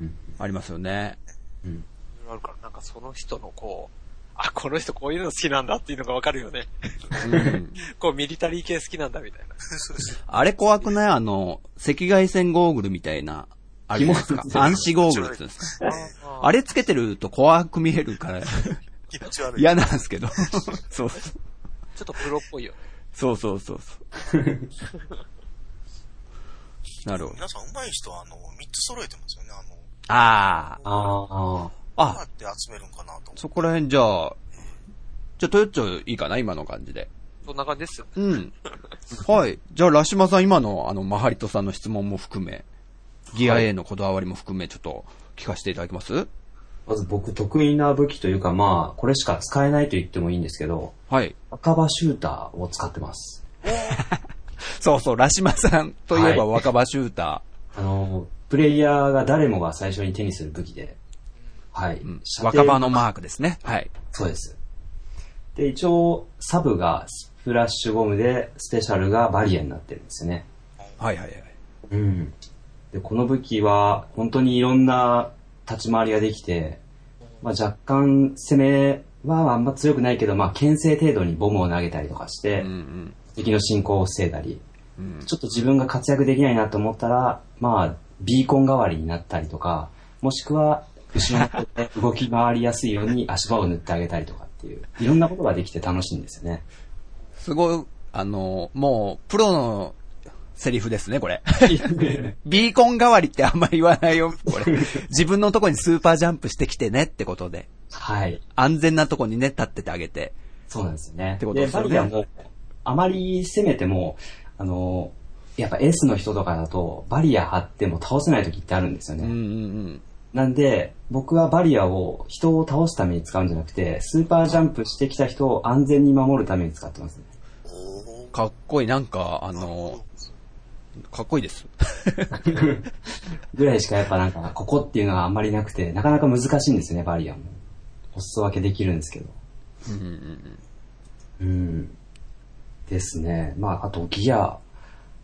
S3: うん
S2: ありますよね。
S3: うん
S1: いろいろあるから、なんかその人のこう、あ、この人こういうの好きなんだっていうのがわかるよね。
S2: うん。
S1: こうミリタリー系好きなんだみたいな。
S2: あれ怖くないあの、赤外線ゴーグルみたいな、あれですか
S3: 気持ち悪い
S2: 暗視ゴーグルって言うんですかあれつけてると怖く見えるから、
S4: 気持ち悪い。
S2: 嫌なんですけど。 そうそう。
S1: ちょっとプロっぽいよね。
S2: そうそうそうそう。なるほど。
S4: 皆さん上手い人は、あの、3つ揃えてますよね。あの、
S2: ああ。
S3: あ
S4: どう
S2: あ
S4: や、って集めるんかなと思って。
S2: そこら辺じゃあ、じゃあトヨッチョいいかな今の感じで。
S1: そんな感じですよね。
S2: うん。はい。じゃあ、ラシマさん、今の、あの、マハリトさんの質問も含め、ギア A のこだわりも含め、ちょっと、聞かせていただけます
S3: ーまず僕得意な武器というかまあ、これしか使えないと言ってもいいんですけど、
S2: はい。
S3: 赤羽シューターを使ってます。
S2: そうそう、ラシマさんといえば
S3: は
S2: 若葉シュータ
S3: あの、プレイヤーが誰もが最初に手にする武器で、はい。
S2: ー。うん。
S3: 射程
S2: 若葉のマークですね。はい。
S3: そうです。で、一応、サブがスプラッシュゴムで、スペシャルがバリエになってるんですよね。
S2: はいはいはい。
S3: うん。で、この武器は、本当にいろんな立ち回りができて、まあ、若干攻めはあんま強くないけど、まあ、牽制程度にボムを投げたりとかして、
S2: うん
S3: 敵の進行を防いだり、
S2: うん。うん。
S3: ちょっと自分が活躍できないなと思ったら、まあ、ビーコン代わりになったりとか、もしくは、後ろの方 で動き回りやすいように足場を塗ってあげたりとかっていう、いろんなことができて楽しいんです よね。
S2: すごい、あの、もう、プロの、セリフですね、これ。 ビーコン代わりってあんまり言わないよ、こ れ。自分のとこにスーパージャンプしてきてねってことで。
S3: はい。
S2: 安全なとこにね、立っててあげて。
S3: そうなんですよね。
S2: ってことですよね
S3: でバリアも、あまり攻めても、あの、やっぱ S の人とかだと、バリア張っても倒せない時ってあるんですよ
S2: う
S3: ね。
S2: んうん
S3: なんで、僕はバリアを人を倒すために使うんじゃなくて、スーパージャンプしてきた人を安全に守るために使ってますね。
S4: お
S2: うん。
S4: ー
S2: かっこいい、なんか、あの、かっこいいです。
S3: ぐらいしかやっぱなんか、ここっていうのはあんまりなくて、なかなか難しいんですよね、バリアも。お裾分けできるんですけど。
S2: うんうんうん。
S3: うん。ですね。まあ、あとギア、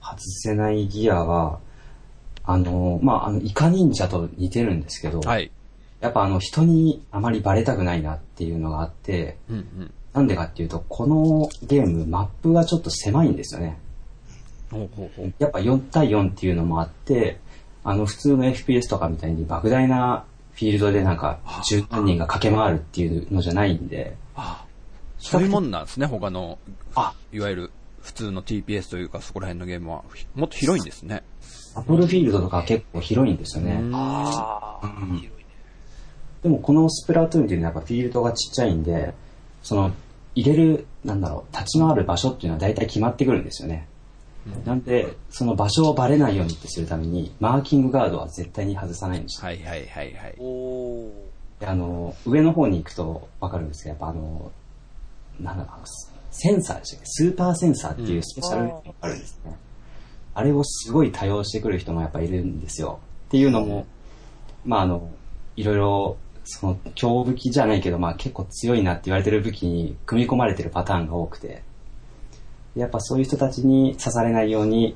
S3: 外せないギアは、あの、まあ、あの、イカ忍者と似てるんですけど、
S2: はい。
S3: やっぱあの人にあまりバレたくないなっていうのがあって、
S2: うんうん。
S3: なんでかっていうと、このゲーム、マップがちょっと狭いんですよね。
S2: ほうほうほう。
S3: やっぱ4対4っていうのもあって、あの普通の FPS とかみたいに莫大なフィールドでなんか10何人が駆け回るっていうのじゃないんで、
S2: あそういうもんなんですね、他の、
S3: あ、
S2: いわゆる普通の TPS というかそこら辺のゲームは、ひもっと広いんですね。
S3: アポロフィールドとか結構広いんですよね。
S2: うん
S1: ああ、広いね。
S3: でもこのスプラトゥーンっていうのはやっぱフィールドがちっちゃいんで、その入れる、なんだろう、立ち回る場所っていうのは大体決まってくるんですよね。なんで、その場所をバレないようにってするために、マーキングガードは絶対に外さないんですよ
S2: はいはいはいはい。
S1: おー。
S3: であの、上の方に行くとわかるんですけど、やっぱあの、なんだろう、センサーでしたっけスーパーセンサーっていうスペシャルがあるんですね。あれをすごい多用してくる人もやっぱいるんですよ。っていうのも、まああの、いろいろ、その、強武器じゃないけど、まあ結構強いなって言われてる武器に組み込まれてるパターンが多くて、やっぱそういう人たちに刺されないように、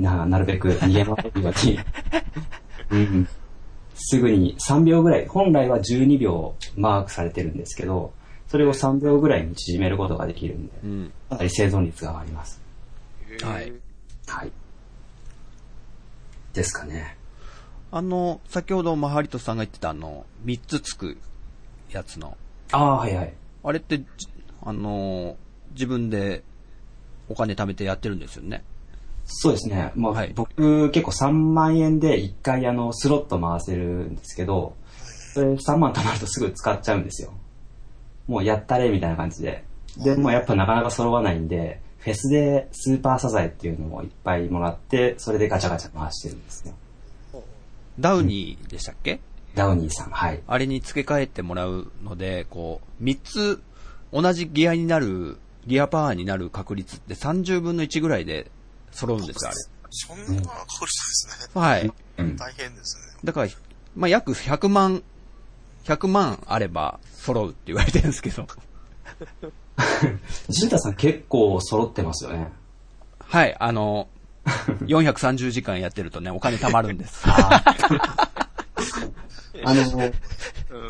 S3: ななるべく逃げ回るように、うん、すぐに3秒ぐらい、本来は12秒マークされてるんですけど、それを3秒ぐらいに縮めることができるんで、
S2: うん。
S3: かなり生存率が上がります。
S2: はい。
S3: はい。ですかね。
S2: あの、先ほどマハリトさんが言ってたあの、3つつくやつの、
S3: ああ、はいはい。
S2: あれって、じあの、自分でお金貯めてやってるんですよね。
S3: そうですね。まあ、
S2: はい
S3: 僕結構3万円で1回あの、スロット回せるんですけど、それ3万貯まるとすぐ使っちゃうんですよ。もうやったれみたいな感じで。で、もうやっぱなかなか揃わないんで、フェスでスーパーサザエっていうのをいっぱいもらって、それでガチャガチャ回してるんですね。
S2: ダウニーでしたっけ、
S3: ダウニーさん、はい。
S2: あれに付け替えてもらうので、こう、3つ同じギアになる、ギアパワーになる確率って30分の1ぐらいで揃うんですよ、
S4: そんなのは確率ですね。
S2: あれ。はい。
S3: うん。
S4: 大変ですね。
S2: だから、まあ、約100万、100万あれば揃うって言われてるんですけど。
S3: ジュンタさん結構揃ってま すよね。
S2: はい、あ の、430時間やってるとね、お金貯まるんです。
S3: あの、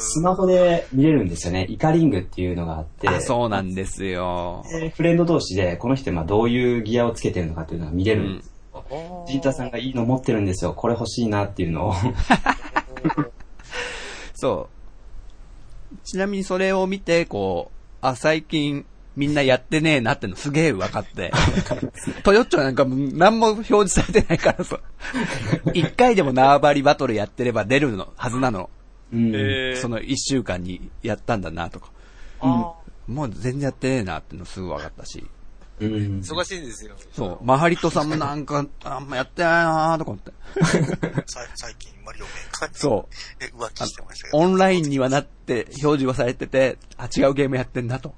S3: スマホで見れるんですよね。イカリングっていうのがあって、
S2: あそうなんですよ。
S3: でフレンド同士でこの人今どういうギアをつけてるのかっていうのが見れるんですよ。ジータさんがいいの持ってるんですよ。これ欲しいなってい うのを。
S2: そう。ちなみにそれを見て、こう、あ、最近みんなやってねえなってのすげえ分かって。 トヨッチョなんかもう何も表示されてないからさ。一回でも縄張りバトルやってれば出るの、はずなの。
S3: うん
S1: えー、
S2: その一週間にやったんだなとか。
S1: あ
S2: もう全然やってねえなってのすぐ分かったし。
S3: うん
S1: ー忙しいんですよ。
S2: そう。マハリトさんもなんか、あんまやってないなとか思って。
S4: さ最近、マリオメーカーに
S2: そう。
S4: え浮気してましたけど。
S2: オンラインにはなって、表示はされてて、あ、違うゲームやってんなと。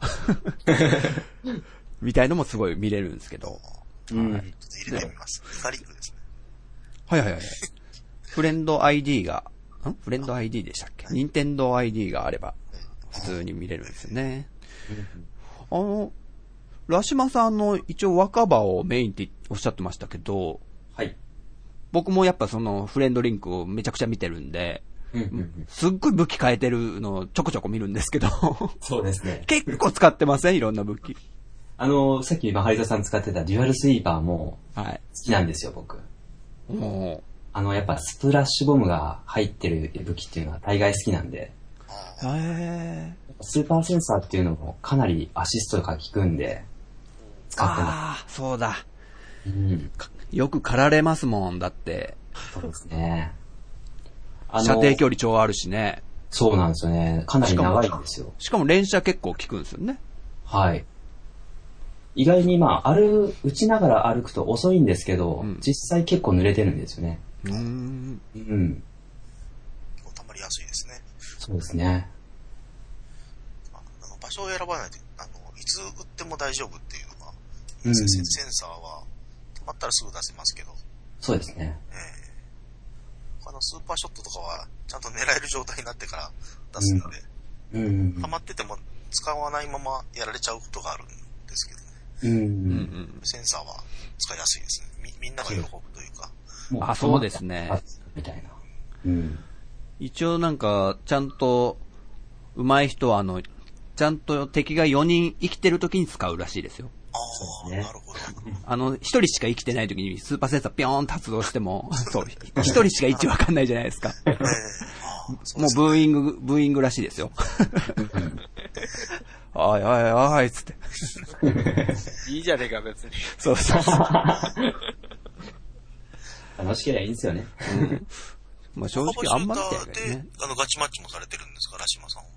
S2: みたいのもすごい見れるんですけど。
S3: うん
S4: ちょっと入れてみます。イカリングですね。
S2: はいはいはい。フレンド ID が、んフレンド ID でしたっけ任天堂 ID があれば、普通に見れるんですよね。あの、ラシマさんの一応若葉をメインっておっしゃってましたけど、
S3: はい。
S2: 僕もやっぱそのフレンドリンクをめちゃくちゃ見てるんで、
S3: うんうんうん
S2: すっごい武器変えてるのをちょこちょこ見るんですけど、
S3: そうですね。
S2: 結構使ってませんいろんな武器。
S3: あの、さっき今ハリトさん使ってたデュアルスイーパーも
S2: はい。
S3: 好きなんですよ、僕。
S2: も
S3: あの、やっぱスプラッシュボムが入ってる武器っていうのは大概好きなんで、
S2: う、へえ。
S3: スーパーセンサーっていうのもかなりアシストが効くんで、使ってま
S2: ああ、そうだ。
S3: す。うん。
S2: よく狩られますもん、だって。
S3: そうですね。あ
S2: 射程距離超あるしね。
S3: そうなんですよね。かなり
S2: しかも
S3: 長いんですよ。
S2: しかも連射結構効くんですよね。
S3: はい。意外にまあ、歩、打ちながら歩くと遅いんですけど、
S2: うん
S3: 実際結構濡れてるんですよね。
S2: うーん。
S3: うん。
S4: 結構溜まりやすいですね。
S3: そうですね。
S4: ああの場所を選ばないで、あの、いつ打っても大丈夫っていうのが、
S3: うん
S4: センサーは、止まったらすぐ出せますけど、
S3: そうですね。
S4: 他のスーパーショットとかは、ちゃんと狙える状態になってから出すので、
S3: うん
S4: ハ。マってても使わないままやられちゃうことがあるんですけどね。
S3: う。
S2: うんうんん。
S4: センサーは使いやすいですね。み、みんなが喜ぶというか。
S3: も
S2: あそうですね
S3: みたいな。うん。
S2: 一応なんか、ちゃんと、上手い人はあの、ちゃんと敵が4人生きてる時に使うらしいですよ。
S3: う
S4: ああ、
S3: ですね
S4: なるほ ど。
S2: あの、一人しか生きてない時にスーパーセンサーピョーンと発動しても、 そう、一人しか位置わかんないじゃない ですか。
S4: ええああそう
S2: もう
S4: ですね
S2: ブーイング、ブーイングらしいですよ。 おいおいおい、つって。
S1: いいじゃねえか、別に。
S2: そう そうそう。
S3: 楽しければいいんですよね。
S2: まあ正直あんま見てないけどね。
S4: あの、ガチマッチもされてるんですか、ラシマさんは。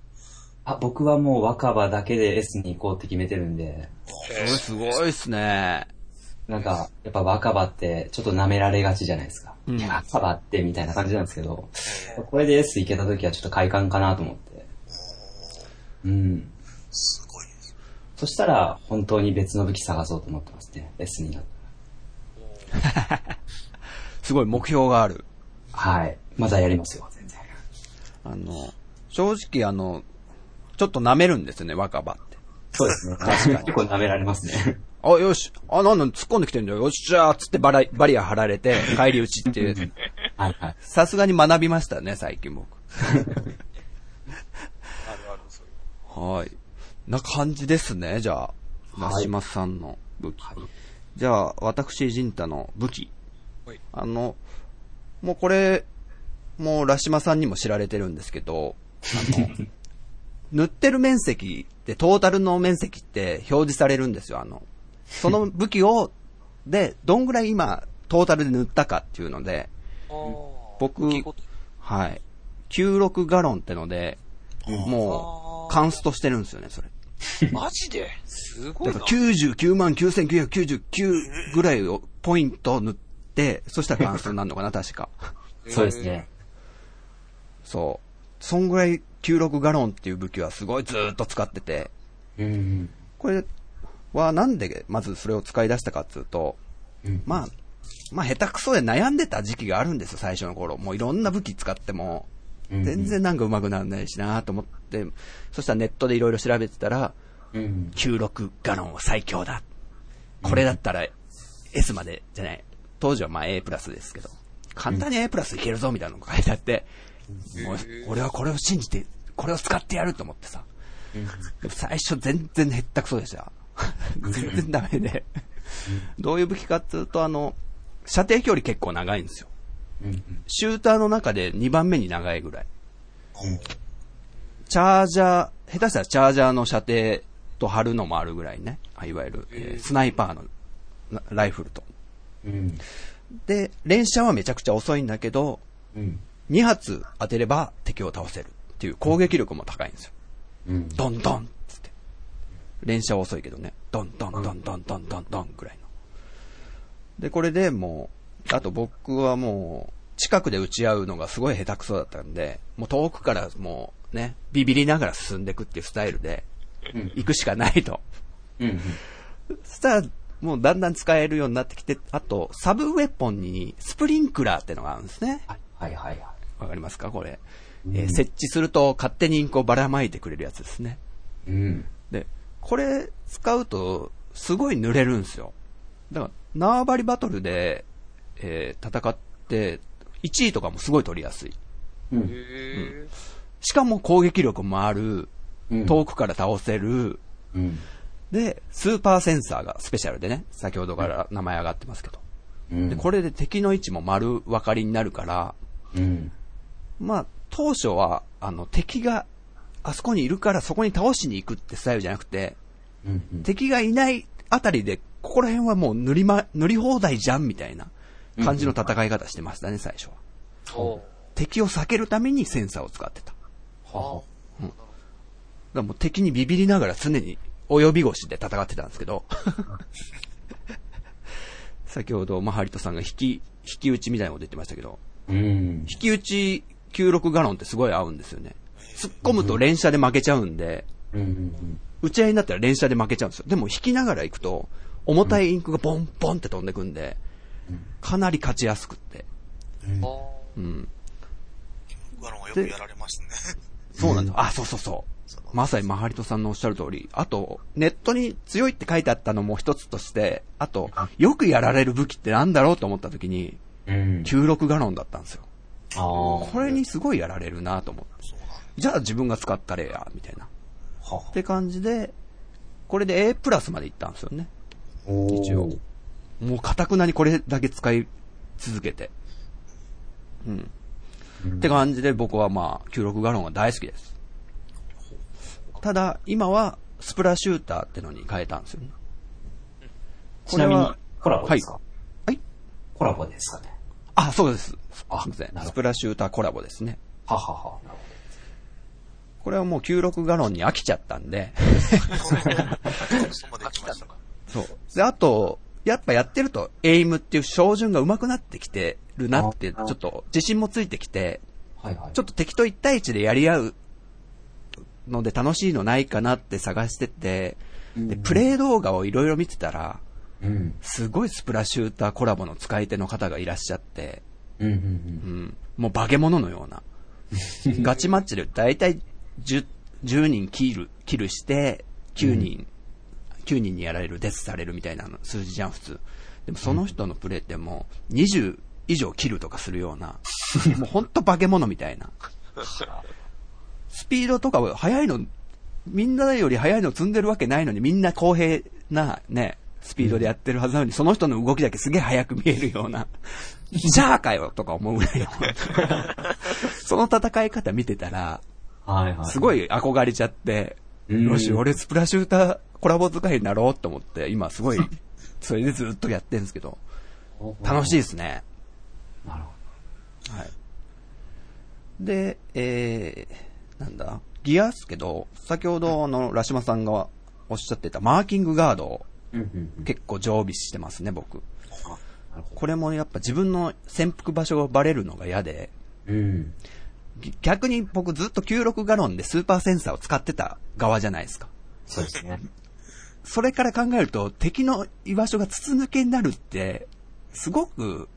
S3: あ、僕はもう若葉だけで S に行こうって決めてるんで、
S2: それすごいっすね。
S3: なんか、やっぱ若葉ってちょっと舐められがちじゃないですか。
S2: うん
S3: いや若葉ってみたいな感じなんですけど、これで S 行けた時はちょっと快感かなと思って。うん。
S4: すごいです。
S3: そしたら、本当に別の武器探そうと思ってますね。S になった
S2: すごい目標がある。
S3: はい。まだやりますよ、全然。
S2: あの、正直あの、ちょっと舐めるんですよね、若葉って。
S3: そうですね。確 かに。結構舐められます ね。
S2: あ、よし、あ、なんなん突っ込んできてんだよ。よっしゃーっつってバラバリア張られて、返り討ちって いう。
S3: はいはい。
S2: さすがに学びましたね、最近僕。
S1: あるある、そういう。
S2: はい。な感じですね、じゃあ。
S3: はい
S2: なしまさんの武器。
S3: はい
S2: じゃあ、私、ジンタの武器
S1: はい。
S2: あの、もうこれ、もう、ラシマさんにも知られてるんですけど、 あの、塗ってる面積って、トータルの面積って表示されるんですよ、あの。その武器を、で、どんぐらい今、トータルで塗ったかっていうので、
S1: ああ。
S2: 僕
S1: 大きいこと
S2: はい。96ガロンってので、
S1: あ
S2: も
S1: ー
S2: う、カンストしてるんですよね、それ。
S1: マジですご
S2: だ
S1: い
S2: か
S1: な
S2: ら。99万9999ぐらいをポイント塗って、そしたら完成になるの かな、確か。
S3: そうですね。
S2: そう。そんぐらい96ガロンっていう武器はすごいずーっと使ってて、
S3: うん。
S2: これはなんでまずそれを使い出したかっつうと、
S3: うん
S2: まあ、まあ下手くそで悩んでた時期があるんですよ、最初の頃。もういろんな武器使っても、
S3: うん
S2: 全然なんか上手くならないしなと思って、そしたらネットでいろいろ調べてたら、
S3: うん。
S2: 96ガロンは最強だ。これだったら S までじゃない。当時はまあ A プラスですけど、簡単に A プラスいけるぞみたいなのが書いてあって、もう俺はこれを信じて、これを使ってやると思ってさ。でも最初全然へったくそで した。全然ダメで。どういう武器かっていうと、あの、射程距離結構長いんですよ。
S3: うん。
S2: シューターの中で2番目に長いぐらい。チャージャー、下手したらチャージャーの射程と貼るのもあるぐらいね。あいわゆる、えースナイパーのなライフルと。
S3: うん。
S2: で、連射はめちゃくちゃ遅いんだけど、
S3: うん。
S2: 2発当てれば敵を倒せるっていう攻撃力も高いんですよ。
S3: うん。
S2: ドンドンっつって。連射は遅いけどね。ドンドンドンドンドンドンドンぐらいの。で、これでもう、あと僕はもう、近くで撃ち合うのがすごい下手くそだったんで、もう遠くからもうね、ビビりながら進んでいくっていうスタイルで、
S3: うん
S2: 行くしかないと。
S3: うん。
S2: そしたら、もうだんだん使えるようになってきて、あと、サブウェポンにスプリンクラーってのがあるんですね。
S3: はいはいはい。
S2: わかりますかこれ。えー設置すると勝手にインクをばらまいてくれるやつですね。
S3: うん。
S2: で、これ使うと、すごい濡れるんですよ。だから、縄張りバトルで、えー戦って、1位とかもすごい取りやすい。
S3: うん。
S1: へえ。
S2: しかも攻撃力もある、
S3: うん
S2: 遠くから倒せる、
S3: うん。
S2: で、スーパーセンサーがスペシャルでね、先ほどから名前上がってますけど。
S3: うん。
S2: で、これで敵の位置も丸分かりになるから、
S3: うん。
S2: まあ、当初は、あの、敵が、あそこにいるからそこに倒しに行くってスタイルじゃなくて、
S3: うん。
S2: 敵がいないあたりで、ここら辺はもう塗りま、塗り放題じゃんみたいな感じの戦い方してましたね、最初は。
S1: お
S2: 敵を避けるためにセンサーを使ってた。だか
S3: は
S2: らもう敵にビビりながら常に及び腰で戦ってたんですけど、 先ほど、まあ、ハリトさんが引き、引き打ちみたいなこと言ってましたけど、
S3: うん。
S2: 引き打ち96ガロンってすごい合うんですよね。突っ込むと連射で負けちゃうんで、
S3: うん。
S2: 打ち合いになったら連射で負けちゃうんですよ。でも引きながら行くと、重たいインクがボンボンって飛んでくんで、かなり勝ちやすくって。
S1: お
S2: うん。
S4: ガロンはよくやられますね。
S2: そうなんだ。あ、そうそうそう。まさにマハリトさんのおっしゃる通り。あと、ネットに強いって書いてあったのも一つとして、あと、よくやられる武器ってなんだろうと思った時に、
S3: うん。
S2: 96ガロンだったんですよ。
S4: あ
S3: あー
S2: これにすごいやられるなと思って。
S4: そうなん
S2: じゃあ自分が使ったれや、みたいな。
S3: は
S2: って感じで、これで A プラスまで行ったんですよね。
S3: おー
S2: 一応。もう、かたくなにこれだけ使い続けて。うん。って感じで僕はまあ、96ガロンが大好きです。ただ、今は、スプラシューターってのに変えたんですよね。
S3: ちなみ
S2: これ
S3: に
S2: は、
S3: コラボですか
S2: はい。
S3: コラボですかね。
S2: あ、そうです。あ、すいませ
S3: なるほ
S2: ん。
S3: ど
S2: スプラシューターコラボですね。
S3: ははは。なる
S2: これはもう96ガロンに飽きちゃったん で、
S4: だ。そこまで行きましたか。
S2: そう。で、あと、やっぱやってると、エイムっていう照準が上手くなってきてるなって、ち
S3: あ
S2: ょっと自信もついてきて、
S3: ほどはいはい。
S2: ちょっと敵と一対一でやり合うので楽しいのないかなって探してて、で、プレイ動画をいろいろ見てたら、
S3: うん。
S2: すごいスプラシューターコラボの使い手の方がいらっしゃって、
S3: うんうんう。
S2: うんん、もう化け物のような。ガチマッチで大体 10, 10人キル、キルして、9人、9人にやられる、デスされるみたいなの数字じゃん、普通。でもその人のプレイってもう20以上キルとかするような、もうほんと化け物みたいな。スピードとかは速いの、みんなより速いの積んでるわけないのに、みんな公平なね、スピードでやってるはずなのに、その人の動きだけすげえ速く見えるような、じゃあかよとか思うぐ らいの。その戦い方見てたら、
S3: はいはい。
S2: すごい憧れちゃって、
S3: うん
S2: よし、俺スプラシューターコラボ使いになろうと思って、今すごい、それでずっとやってんですけど、楽しい
S3: い。
S2: ですね。
S3: なるほ
S2: はい。で、えー、なんだ、ギアっすけど、先ほどあの、ラシマさんがおっしゃってたマーキングガードを
S3: ど。うんうんうん。
S2: 結構常備してますね、僕。
S3: なるほ
S2: これもやっぱ自分の潜伏場所がバレるのが嫌で、
S3: ど。うん。
S2: ぎ逆に僕ずっと96ガロンでスーパーセンサーを使ってた側じゃないですか。
S3: そうですね。
S2: それから考えると敵の居場所が筒抜けになるって、すごく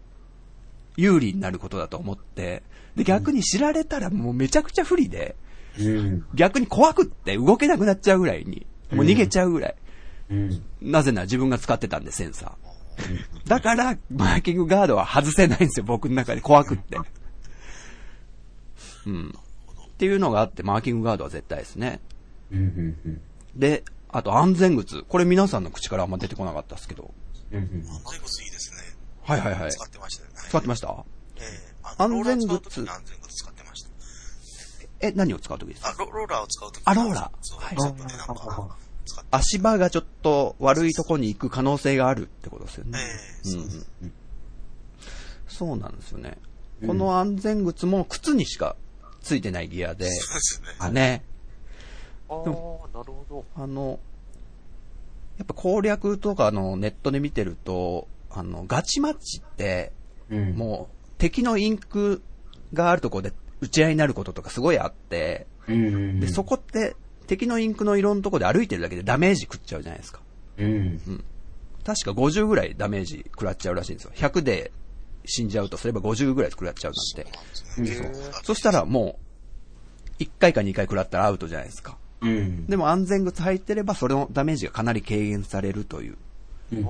S2: 有利になることだと思って、で逆に知られたらもうめちゃくちゃ不利で、
S3: うん。
S2: 逆に怖くって動けなくなっちゃうぐらいに、もう逃げちゃうぐらい。
S3: うん。
S2: なぜなら自分が使ってたんで、センサー。だから、マーキングガードは外せないんですよ、僕の中で。怖くって。うん。っていうのがあって、マーキングガードは絶対ですね。
S3: うんうんうん。
S2: で、あと安全靴。これ皆さんの口からあんま出てこなかったですけど。
S3: うんうん。
S4: あのエゴスいいですね。
S2: はいはいはい。
S4: 使ってましたよね。
S2: 使ってました
S4: ええあのローラー使
S2: 安全
S4: うとき
S2: グッ
S4: に
S2: ズ
S4: 安全グッズ使ってました。
S2: え、何を使うときですか
S4: あ、ロローラーを使うとき
S2: あローラー
S4: そう、
S2: はい
S4: ちょっとね、なんか、使って。
S2: 足場がちょっと悪いとこに行く可能性があるってことですよね
S4: え。え
S2: うん
S4: そううん
S2: そうなんですよね。この安全靴も靴にしかついてないギアで、
S4: ですね。
S2: ね、
S1: あー、なるほど。
S2: あの、やっぱ攻略とかのネットで見てると、あの、ガチマッチって、
S3: うん。
S2: もう敵のインクがあるとこで打ち合いになることとかすごいあって、
S3: うんうんうん。
S2: で、そこって敵のインクの色のとこで歩いてるだけでダメージ食っちゃうじゃないですか。
S3: うん。
S2: 確か50ぐらいダメージ食らっちゃうらしいんですよ。100で死んじゃうとすれば50ぐらい食らっちゃうなんて。
S4: そうなんですね。
S2: そしたらもう、1回か2回食らったらアウトじゃないですか。
S3: うん。
S2: でも安全靴履いてれば、それのダメージがかなり軽減されるという。
S3: うん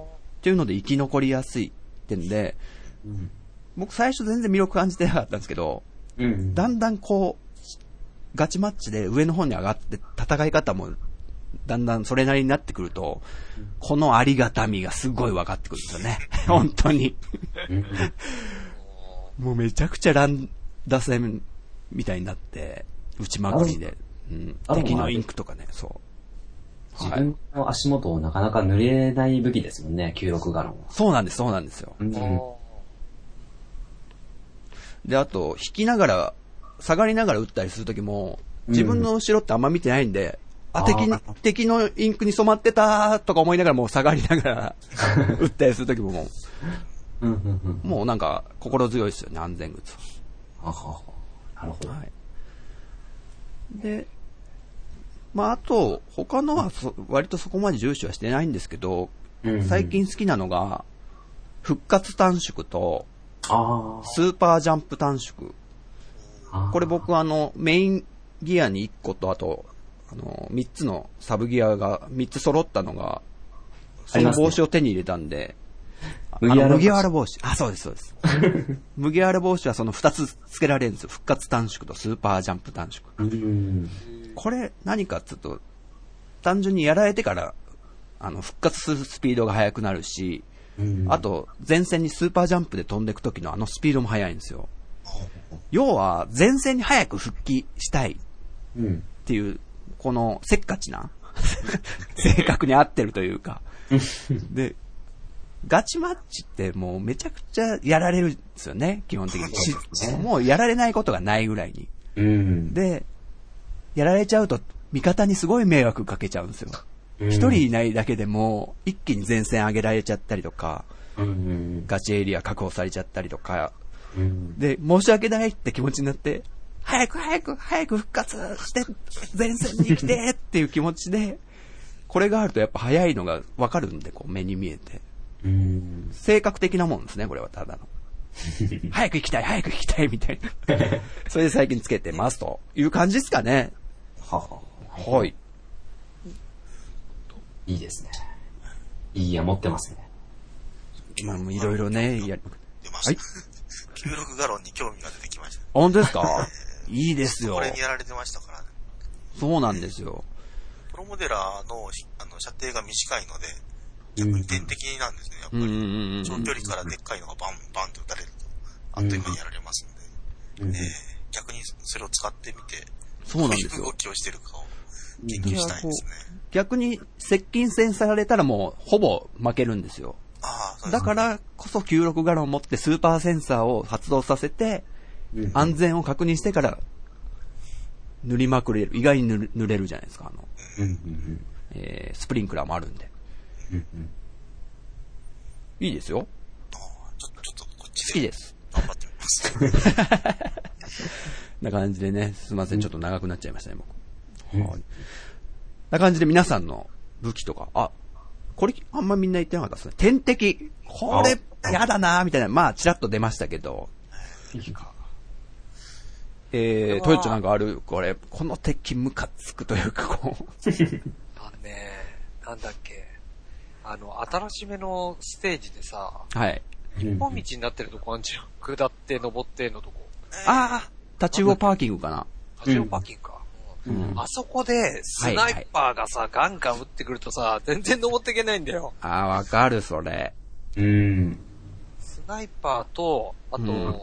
S2: っていうので生き残りやすいってんで、
S3: うん
S2: 僕最初全然魅力感じてなかったんですけど、
S3: うん。
S2: だんだんこう、ガチマッチで上の方に上がって戦い方も、だんだんそれなりになってくると、このありがたみがすごい分かってくるんですよね。 本当に。
S3: うん
S2: もうめちゃくちゃ乱打戦みたいになって、打ちまくりで。うん、
S3: あでも
S2: 敵のインクとかね、そう。
S3: 自
S2: はい。
S3: 分の足元をなかなか濡れない武器ですもんね、96ガロンは。
S2: そうなんです、そうなんですよ。
S3: うん
S1: あー
S2: で、あと、引きながら、下がりながら打ったりするときも、自分の後ろってあんま見てないんで、あ、
S3: あ
S2: 敵に
S3: ー、
S2: 敵のインクに染まってたーとか思いながらもう下がりながら打ったりするときもも
S3: うんうんうん
S2: う、。もうなんか心強いですよね、安全靴は。
S3: ははは。なるほど。
S2: はい。で、まあ、あと、他のはそ割とそこまで重視はしてないんですけど、
S3: うん
S2: 最。近好きなのが、復活短縮と、
S3: あ
S2: スーパージャンプ短縮。
S3: あ。
S2: これ僕あの、メインギアに1個と、あと、あの、3つのサブギアが、3つ揃ったのが、そ
S3: あり
S2: の
S3: ますね
S2: 帽子を手に入れたんで、あ,、あの
S3: 麦わら帽子
S2: 麦わら帽子。あ、そうです、そう です。麦わら帽子はその2つ付けられるんですよ。復活短縮とスーパージャンプ短縮。
S3: うん。
S2: これ、何かちょっと、単純にやられてから、あの、復活するスピードが速くなるし、
S3: うん
S2: あ、と、前線にスーパージャンプで飛んでいく時のあのスピードも速いんですよ。要は、前線に早く復帰したい
S3: うん。
S2: っていう、このせっかちな性格に合ってるというか。で、ガチマッチってもうめちゃくちゃやられるんですよね、基本的に。しもうやられないことがないぐらいに。
S3: うん。
S2: で、やられちゃうと味方にすごい迷惑かけちゃうんですよ。
S3: うん
S2: 一人いないだけでも一気に前線上げられちゃったりとか、
S3: うん。
S2: ガチエリア確保されちゃったりとか、
S3: うん。
S2: で、申し訳ないって気持ちになって、早く早く早く復活して、前線に来てっていう気持ちで、これがあるとやっぱ早いのがわかるんで、こう目に見えて。
S3: うん。
S2: 性格的なもんですね、これはただ の。早く行きたい、早く行きたい、みたいな。 それで最近つけてます、という感じですかね。
S3: はは。
S2: はい。
S3: いいですね。いいや、持ってますね。
S2: まあ、もういろいろね、やり
S4: 出ました。96ガ ロンに興味が出てきました。
S2: 本当ですか いいですよ
S4: こ。れにやられてましたからね。
S2: そうなんですよ。
S4: プロモデラーのしあの射程が短いので、逆に点滴なんですね、やっぱ
S2: うんうんう
S4: り。
S2: ん
S4: 長距離からでっかいのがバンバンと打たれると、あっという間にやられますん
S3: う
S4: で、
S3: ん
S4: えー逆にそれを使ってみて、
S2: そうなん
S4: どう
S2: で
S4: い
S2: す
S4: う
S2: よ
S4: 動きをしてるかを研究したいですね。
S2: 逆に接近戦されたらもうほぼ負けるんですよ。
S4: ああ、そうで
S2: だ
S4: す。
S2: からこそ96ガロン持ってスーパーセンサーを発動させて、
S3: うん
S2: 安全を確認してから塗りまくれる。意外に塗る塗れるじゃないですか。あの、
S3: うん。うん。
S2: えー、スプリンクラーもあるんで。
S3: うんうん。
S2: いいですよ。
S4: ああちょっと、ちょっと、こっ
S2: 好
S4: ち
S2: き
S4: で
S2: です。
S4: 頑張ってみます。
S2: な感じでね、すいません。ちょっと長くなっちゃいましたね、僕。はい。な感じで皆さんの武器とか、あ、これ、あんまみんな言ってなかったですね。天敵。これ、やだなーみたいな。まあ、ちらっと出ましたけど。えー、トヨッチョなんかあるこれ、この敵ムカつくというか、こう。
S1: あのね、なんだっけ。あの、新しめのステージでさ、
S2: はい。
S1: 一本道になってるとこあんじゃん。下って、登ってのとこ。
S2: あー、立ち魚パーキングかな。
S1: 八チパーキングか。
S2: うん。
S1: あそこで、スナイパーがさ、ガンガン撃ってくるとさ、全然登っていけないんだよ。
S2: あー、わかる、それ。
S3: うん。
S1: スナイパーと、あと、
S2: うん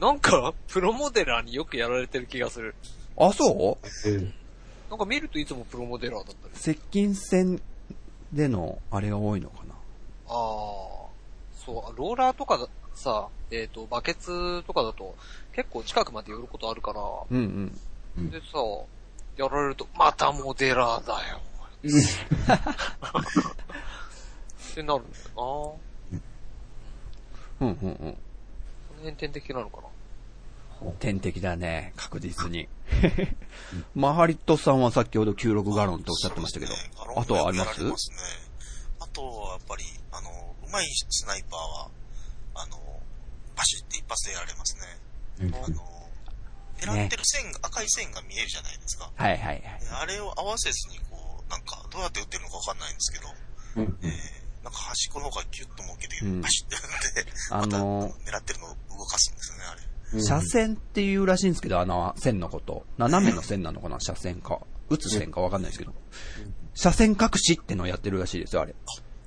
S1: なんか、プロモデラーによくやられてる気がする。
S2: あ、そう
S1: なんか見るといつもプロモデラーだったり。
S2: 接近戦での、あれが多いのかな。
S1: ああ、そう、ローラーとかださ、えっ、と、バケツとかだと、結構近くまで寄ることあるから、
S2: うんうん。
S1: でさ、やられると、またモデラーだよ。ってなるんだよな。そ
S2: うんうんうん。
S1: の辺点的なのかな。
S2: 天敵だね、確実に。 マハリットさんは先ほど96ガロンとおっしゃってましたけど
S4: そうですねガロン、
S2: あとはあります
S4: やられねあとはやっぱり、あの、うまいスナイパーは、あの、バシッて一発でやられますね。
S3: うん
S4: あの、狙ってる線が、赤い線が見えるじゃないですか。
S2: はいはいはい。
S4: であれを合わせずに、こう、なんか、どうやって打ってるのかわかんないんですけど、
S3: うん
S4: えー、なんか端っこの方がキュッと設けて、
S2: うん
S4: バシッてやるんで、
S2: あのー
S4: また狙ってるのを動かすんですよね、あれ。
S2: 車線っていうらしいんですけど、あの、線のこと。斜めの線なのかな車線か。打つ線かわかんないですけど。車線隠しってのをやってるらしいですよ、あれ。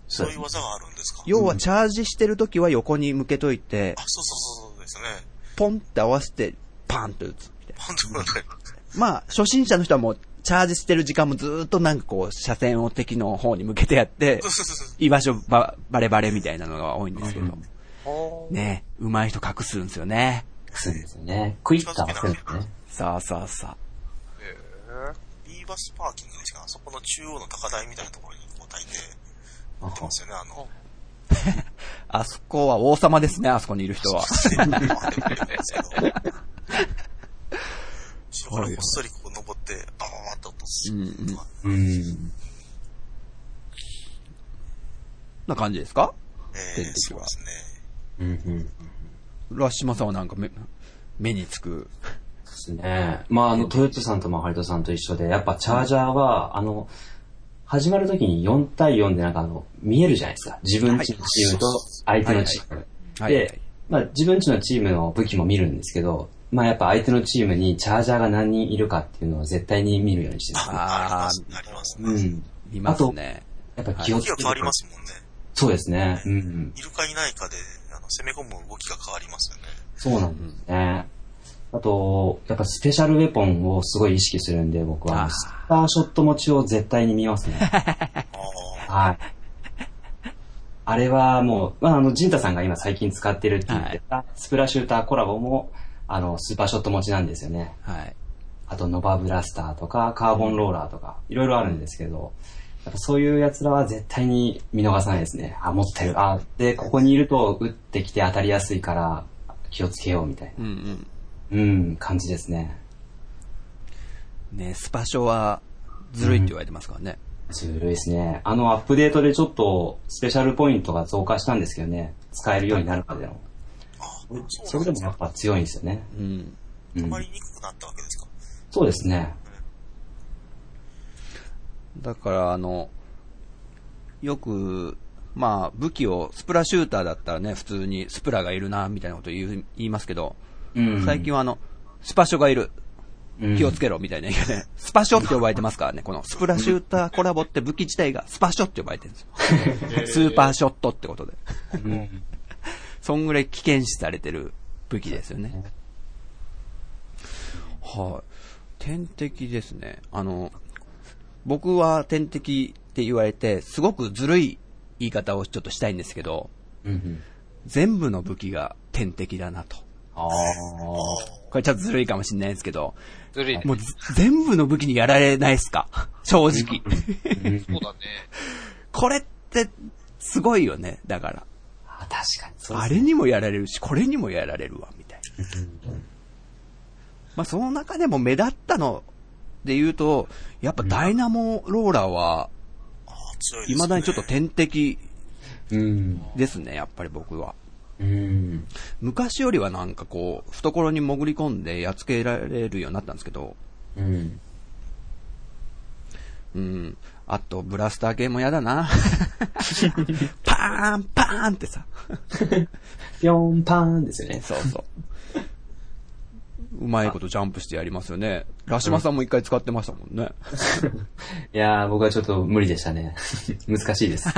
S4: そういう技があるんですか
S2: 要はチャージしてるときは横に向けといて
S4: あ、、そうそうそうそうですね。
S2: ポンって合わせて、パンと打つみたいな。
S4: パンとか
S2: まあ、初心者の人はもう、チャージしてる時間もずーっとなんかこう、車線を敵の方に向けてや って
S4: そう、そうそうそう。
S2: 居場所ば、バレバレみたいなのが多いんですけど。
S1: は
S2: ね、上手い人隠すんですよね。
S3: そうですよね。クイッターするんですね。
S2: さあさあさ
S4: ビーバスパーキングですかあそこの中央の高台みたいなところにこう焚いて、
S3: あ
S4: 打ってますよね、あの。
S2: あ。あそこは王様ですね、あそこにいる人 は。
S4: 後ろからこっそりこう登って、ババババッと落とす。
S2: うん
S3: うん。
S2: な感じですか
S4: えー、
S2: 敵
S4: そう
S2: は
S4: ですね。
S3: うん。うん。
S2: 浦島さんはなんか目、目につく。
S3: ですね。まあ、あの、トヨットさんとマハリトさんと一緒で、やっぱチャージャーは、あの、始まるときに4対4でなんかあの、見えるじゃないですか。自分ちのチームと相手のチーム。
S2: はいはい
S3: で、まあ自分ちのチームの武器も見るんですけど、まあやっぱ相手のチームにチャージャーが何人いるかっていうのは絶対に見るようにしてる。
S2: あー、
S4: ありますね。
S3: うん。
S2: 見ますね。
S3: やっぱ気
S4: 動
S3: をつ
S4: き
S3: け
S4: が
S3: て。
S4: 変わりますもんね。
S3: そうですね。うんうん。
S4: いるかいないかで、あの、攻め込む動きが変わりますよね。
S3: そうなんですね。あと、やっぱスペシャルウェポンをすごい意識するんで、僕
S2: あー
S3: は、スターショット持ちを絶対に見ま すね。
S4: ああ。
S3: はい。あれはもう、まあ、あの、ジンタさんが今最近使ってるって言ってた、スプラシューターコラボも、あの、スーパーショット持ちなんですよね。
S2: はい。
S3: あと、ノバブラスターとか、カーボンローラーとか、いろいろあるんですけど、やっぱそういう奴らは絶対に見逃さないですね。あ、持ってる。あ、で、ここにいると打ってきて当たりやすいから、気をつけようみたいな。
S2: うんうん。
S3: うん、感じですね。
S2: ね、スパショは、ずるいって言われてますからね。
S3: ずるいですね。あのアップデートでちょっとスペシャルポイントが増加したんですけどね、使えるようになるまでの。それでもやっぱ強いんですよね。
S2: うん。
S3: う
S4: あ
S3: ん
S4: ま、りにくくなったわけですか。
S3: そうですね。
S2: だから、あの、よく、まあ、武器を、スプラシューターだったらね、普通にスプラがいるな、みたいなこと言う言いますけど、
S3: うん、
S2: 最近はあの、スパショがいる。
S3: うん
S2: 気をつけろ、みたい な、スパショって呼ばれてますからね。このスプラシューターコラボって武器自体がスパショって呼ばれてるんですよ。 スーパーショットってことで。
S3: うん
S2: そんぐらい危険視されてる武器ですよね。はい。天敵ですね。あの、僕は天敵って言われて、すごくずるい言い方をちょっとしたいんですけど、
S3: うんうん、
S2: 全部の武器が天敵だなと。
S3: ああ、
S2: これちょっとずるいかもしれないんですけど、
S1: ずるいね。
S2: もうず全部の武器にやられないっすか正直。
S1: そうだね。
S2: これって、すごいよね。だから。
S3: あ確かにそう
S2: あれにもやられるし、これにもやられるわ、みたいな。まあ、その中でも目立ったので言うと、やっぱダイナモローラーは、
S4: 強いですね。
S2: 未だにちょっと天敵
S3: うん。
S2: ですね、やっぱり僕は。
S3: うん。
S2: 昔よりはなんかこう、懐に潜り込んでやっつけられるようになったんですけど、
S3: うん。
S2: うん。あと、ブラスター系も嫌だな。パーン、パーンってさ。
S3: ぴょんぱんですよね。
S2: そうそう。うまいことジャンプしてやりますよね。ラシマさんも一回使ってましたもんね。
S3: いやー、僕はちょっと無理でしたね。難しいです。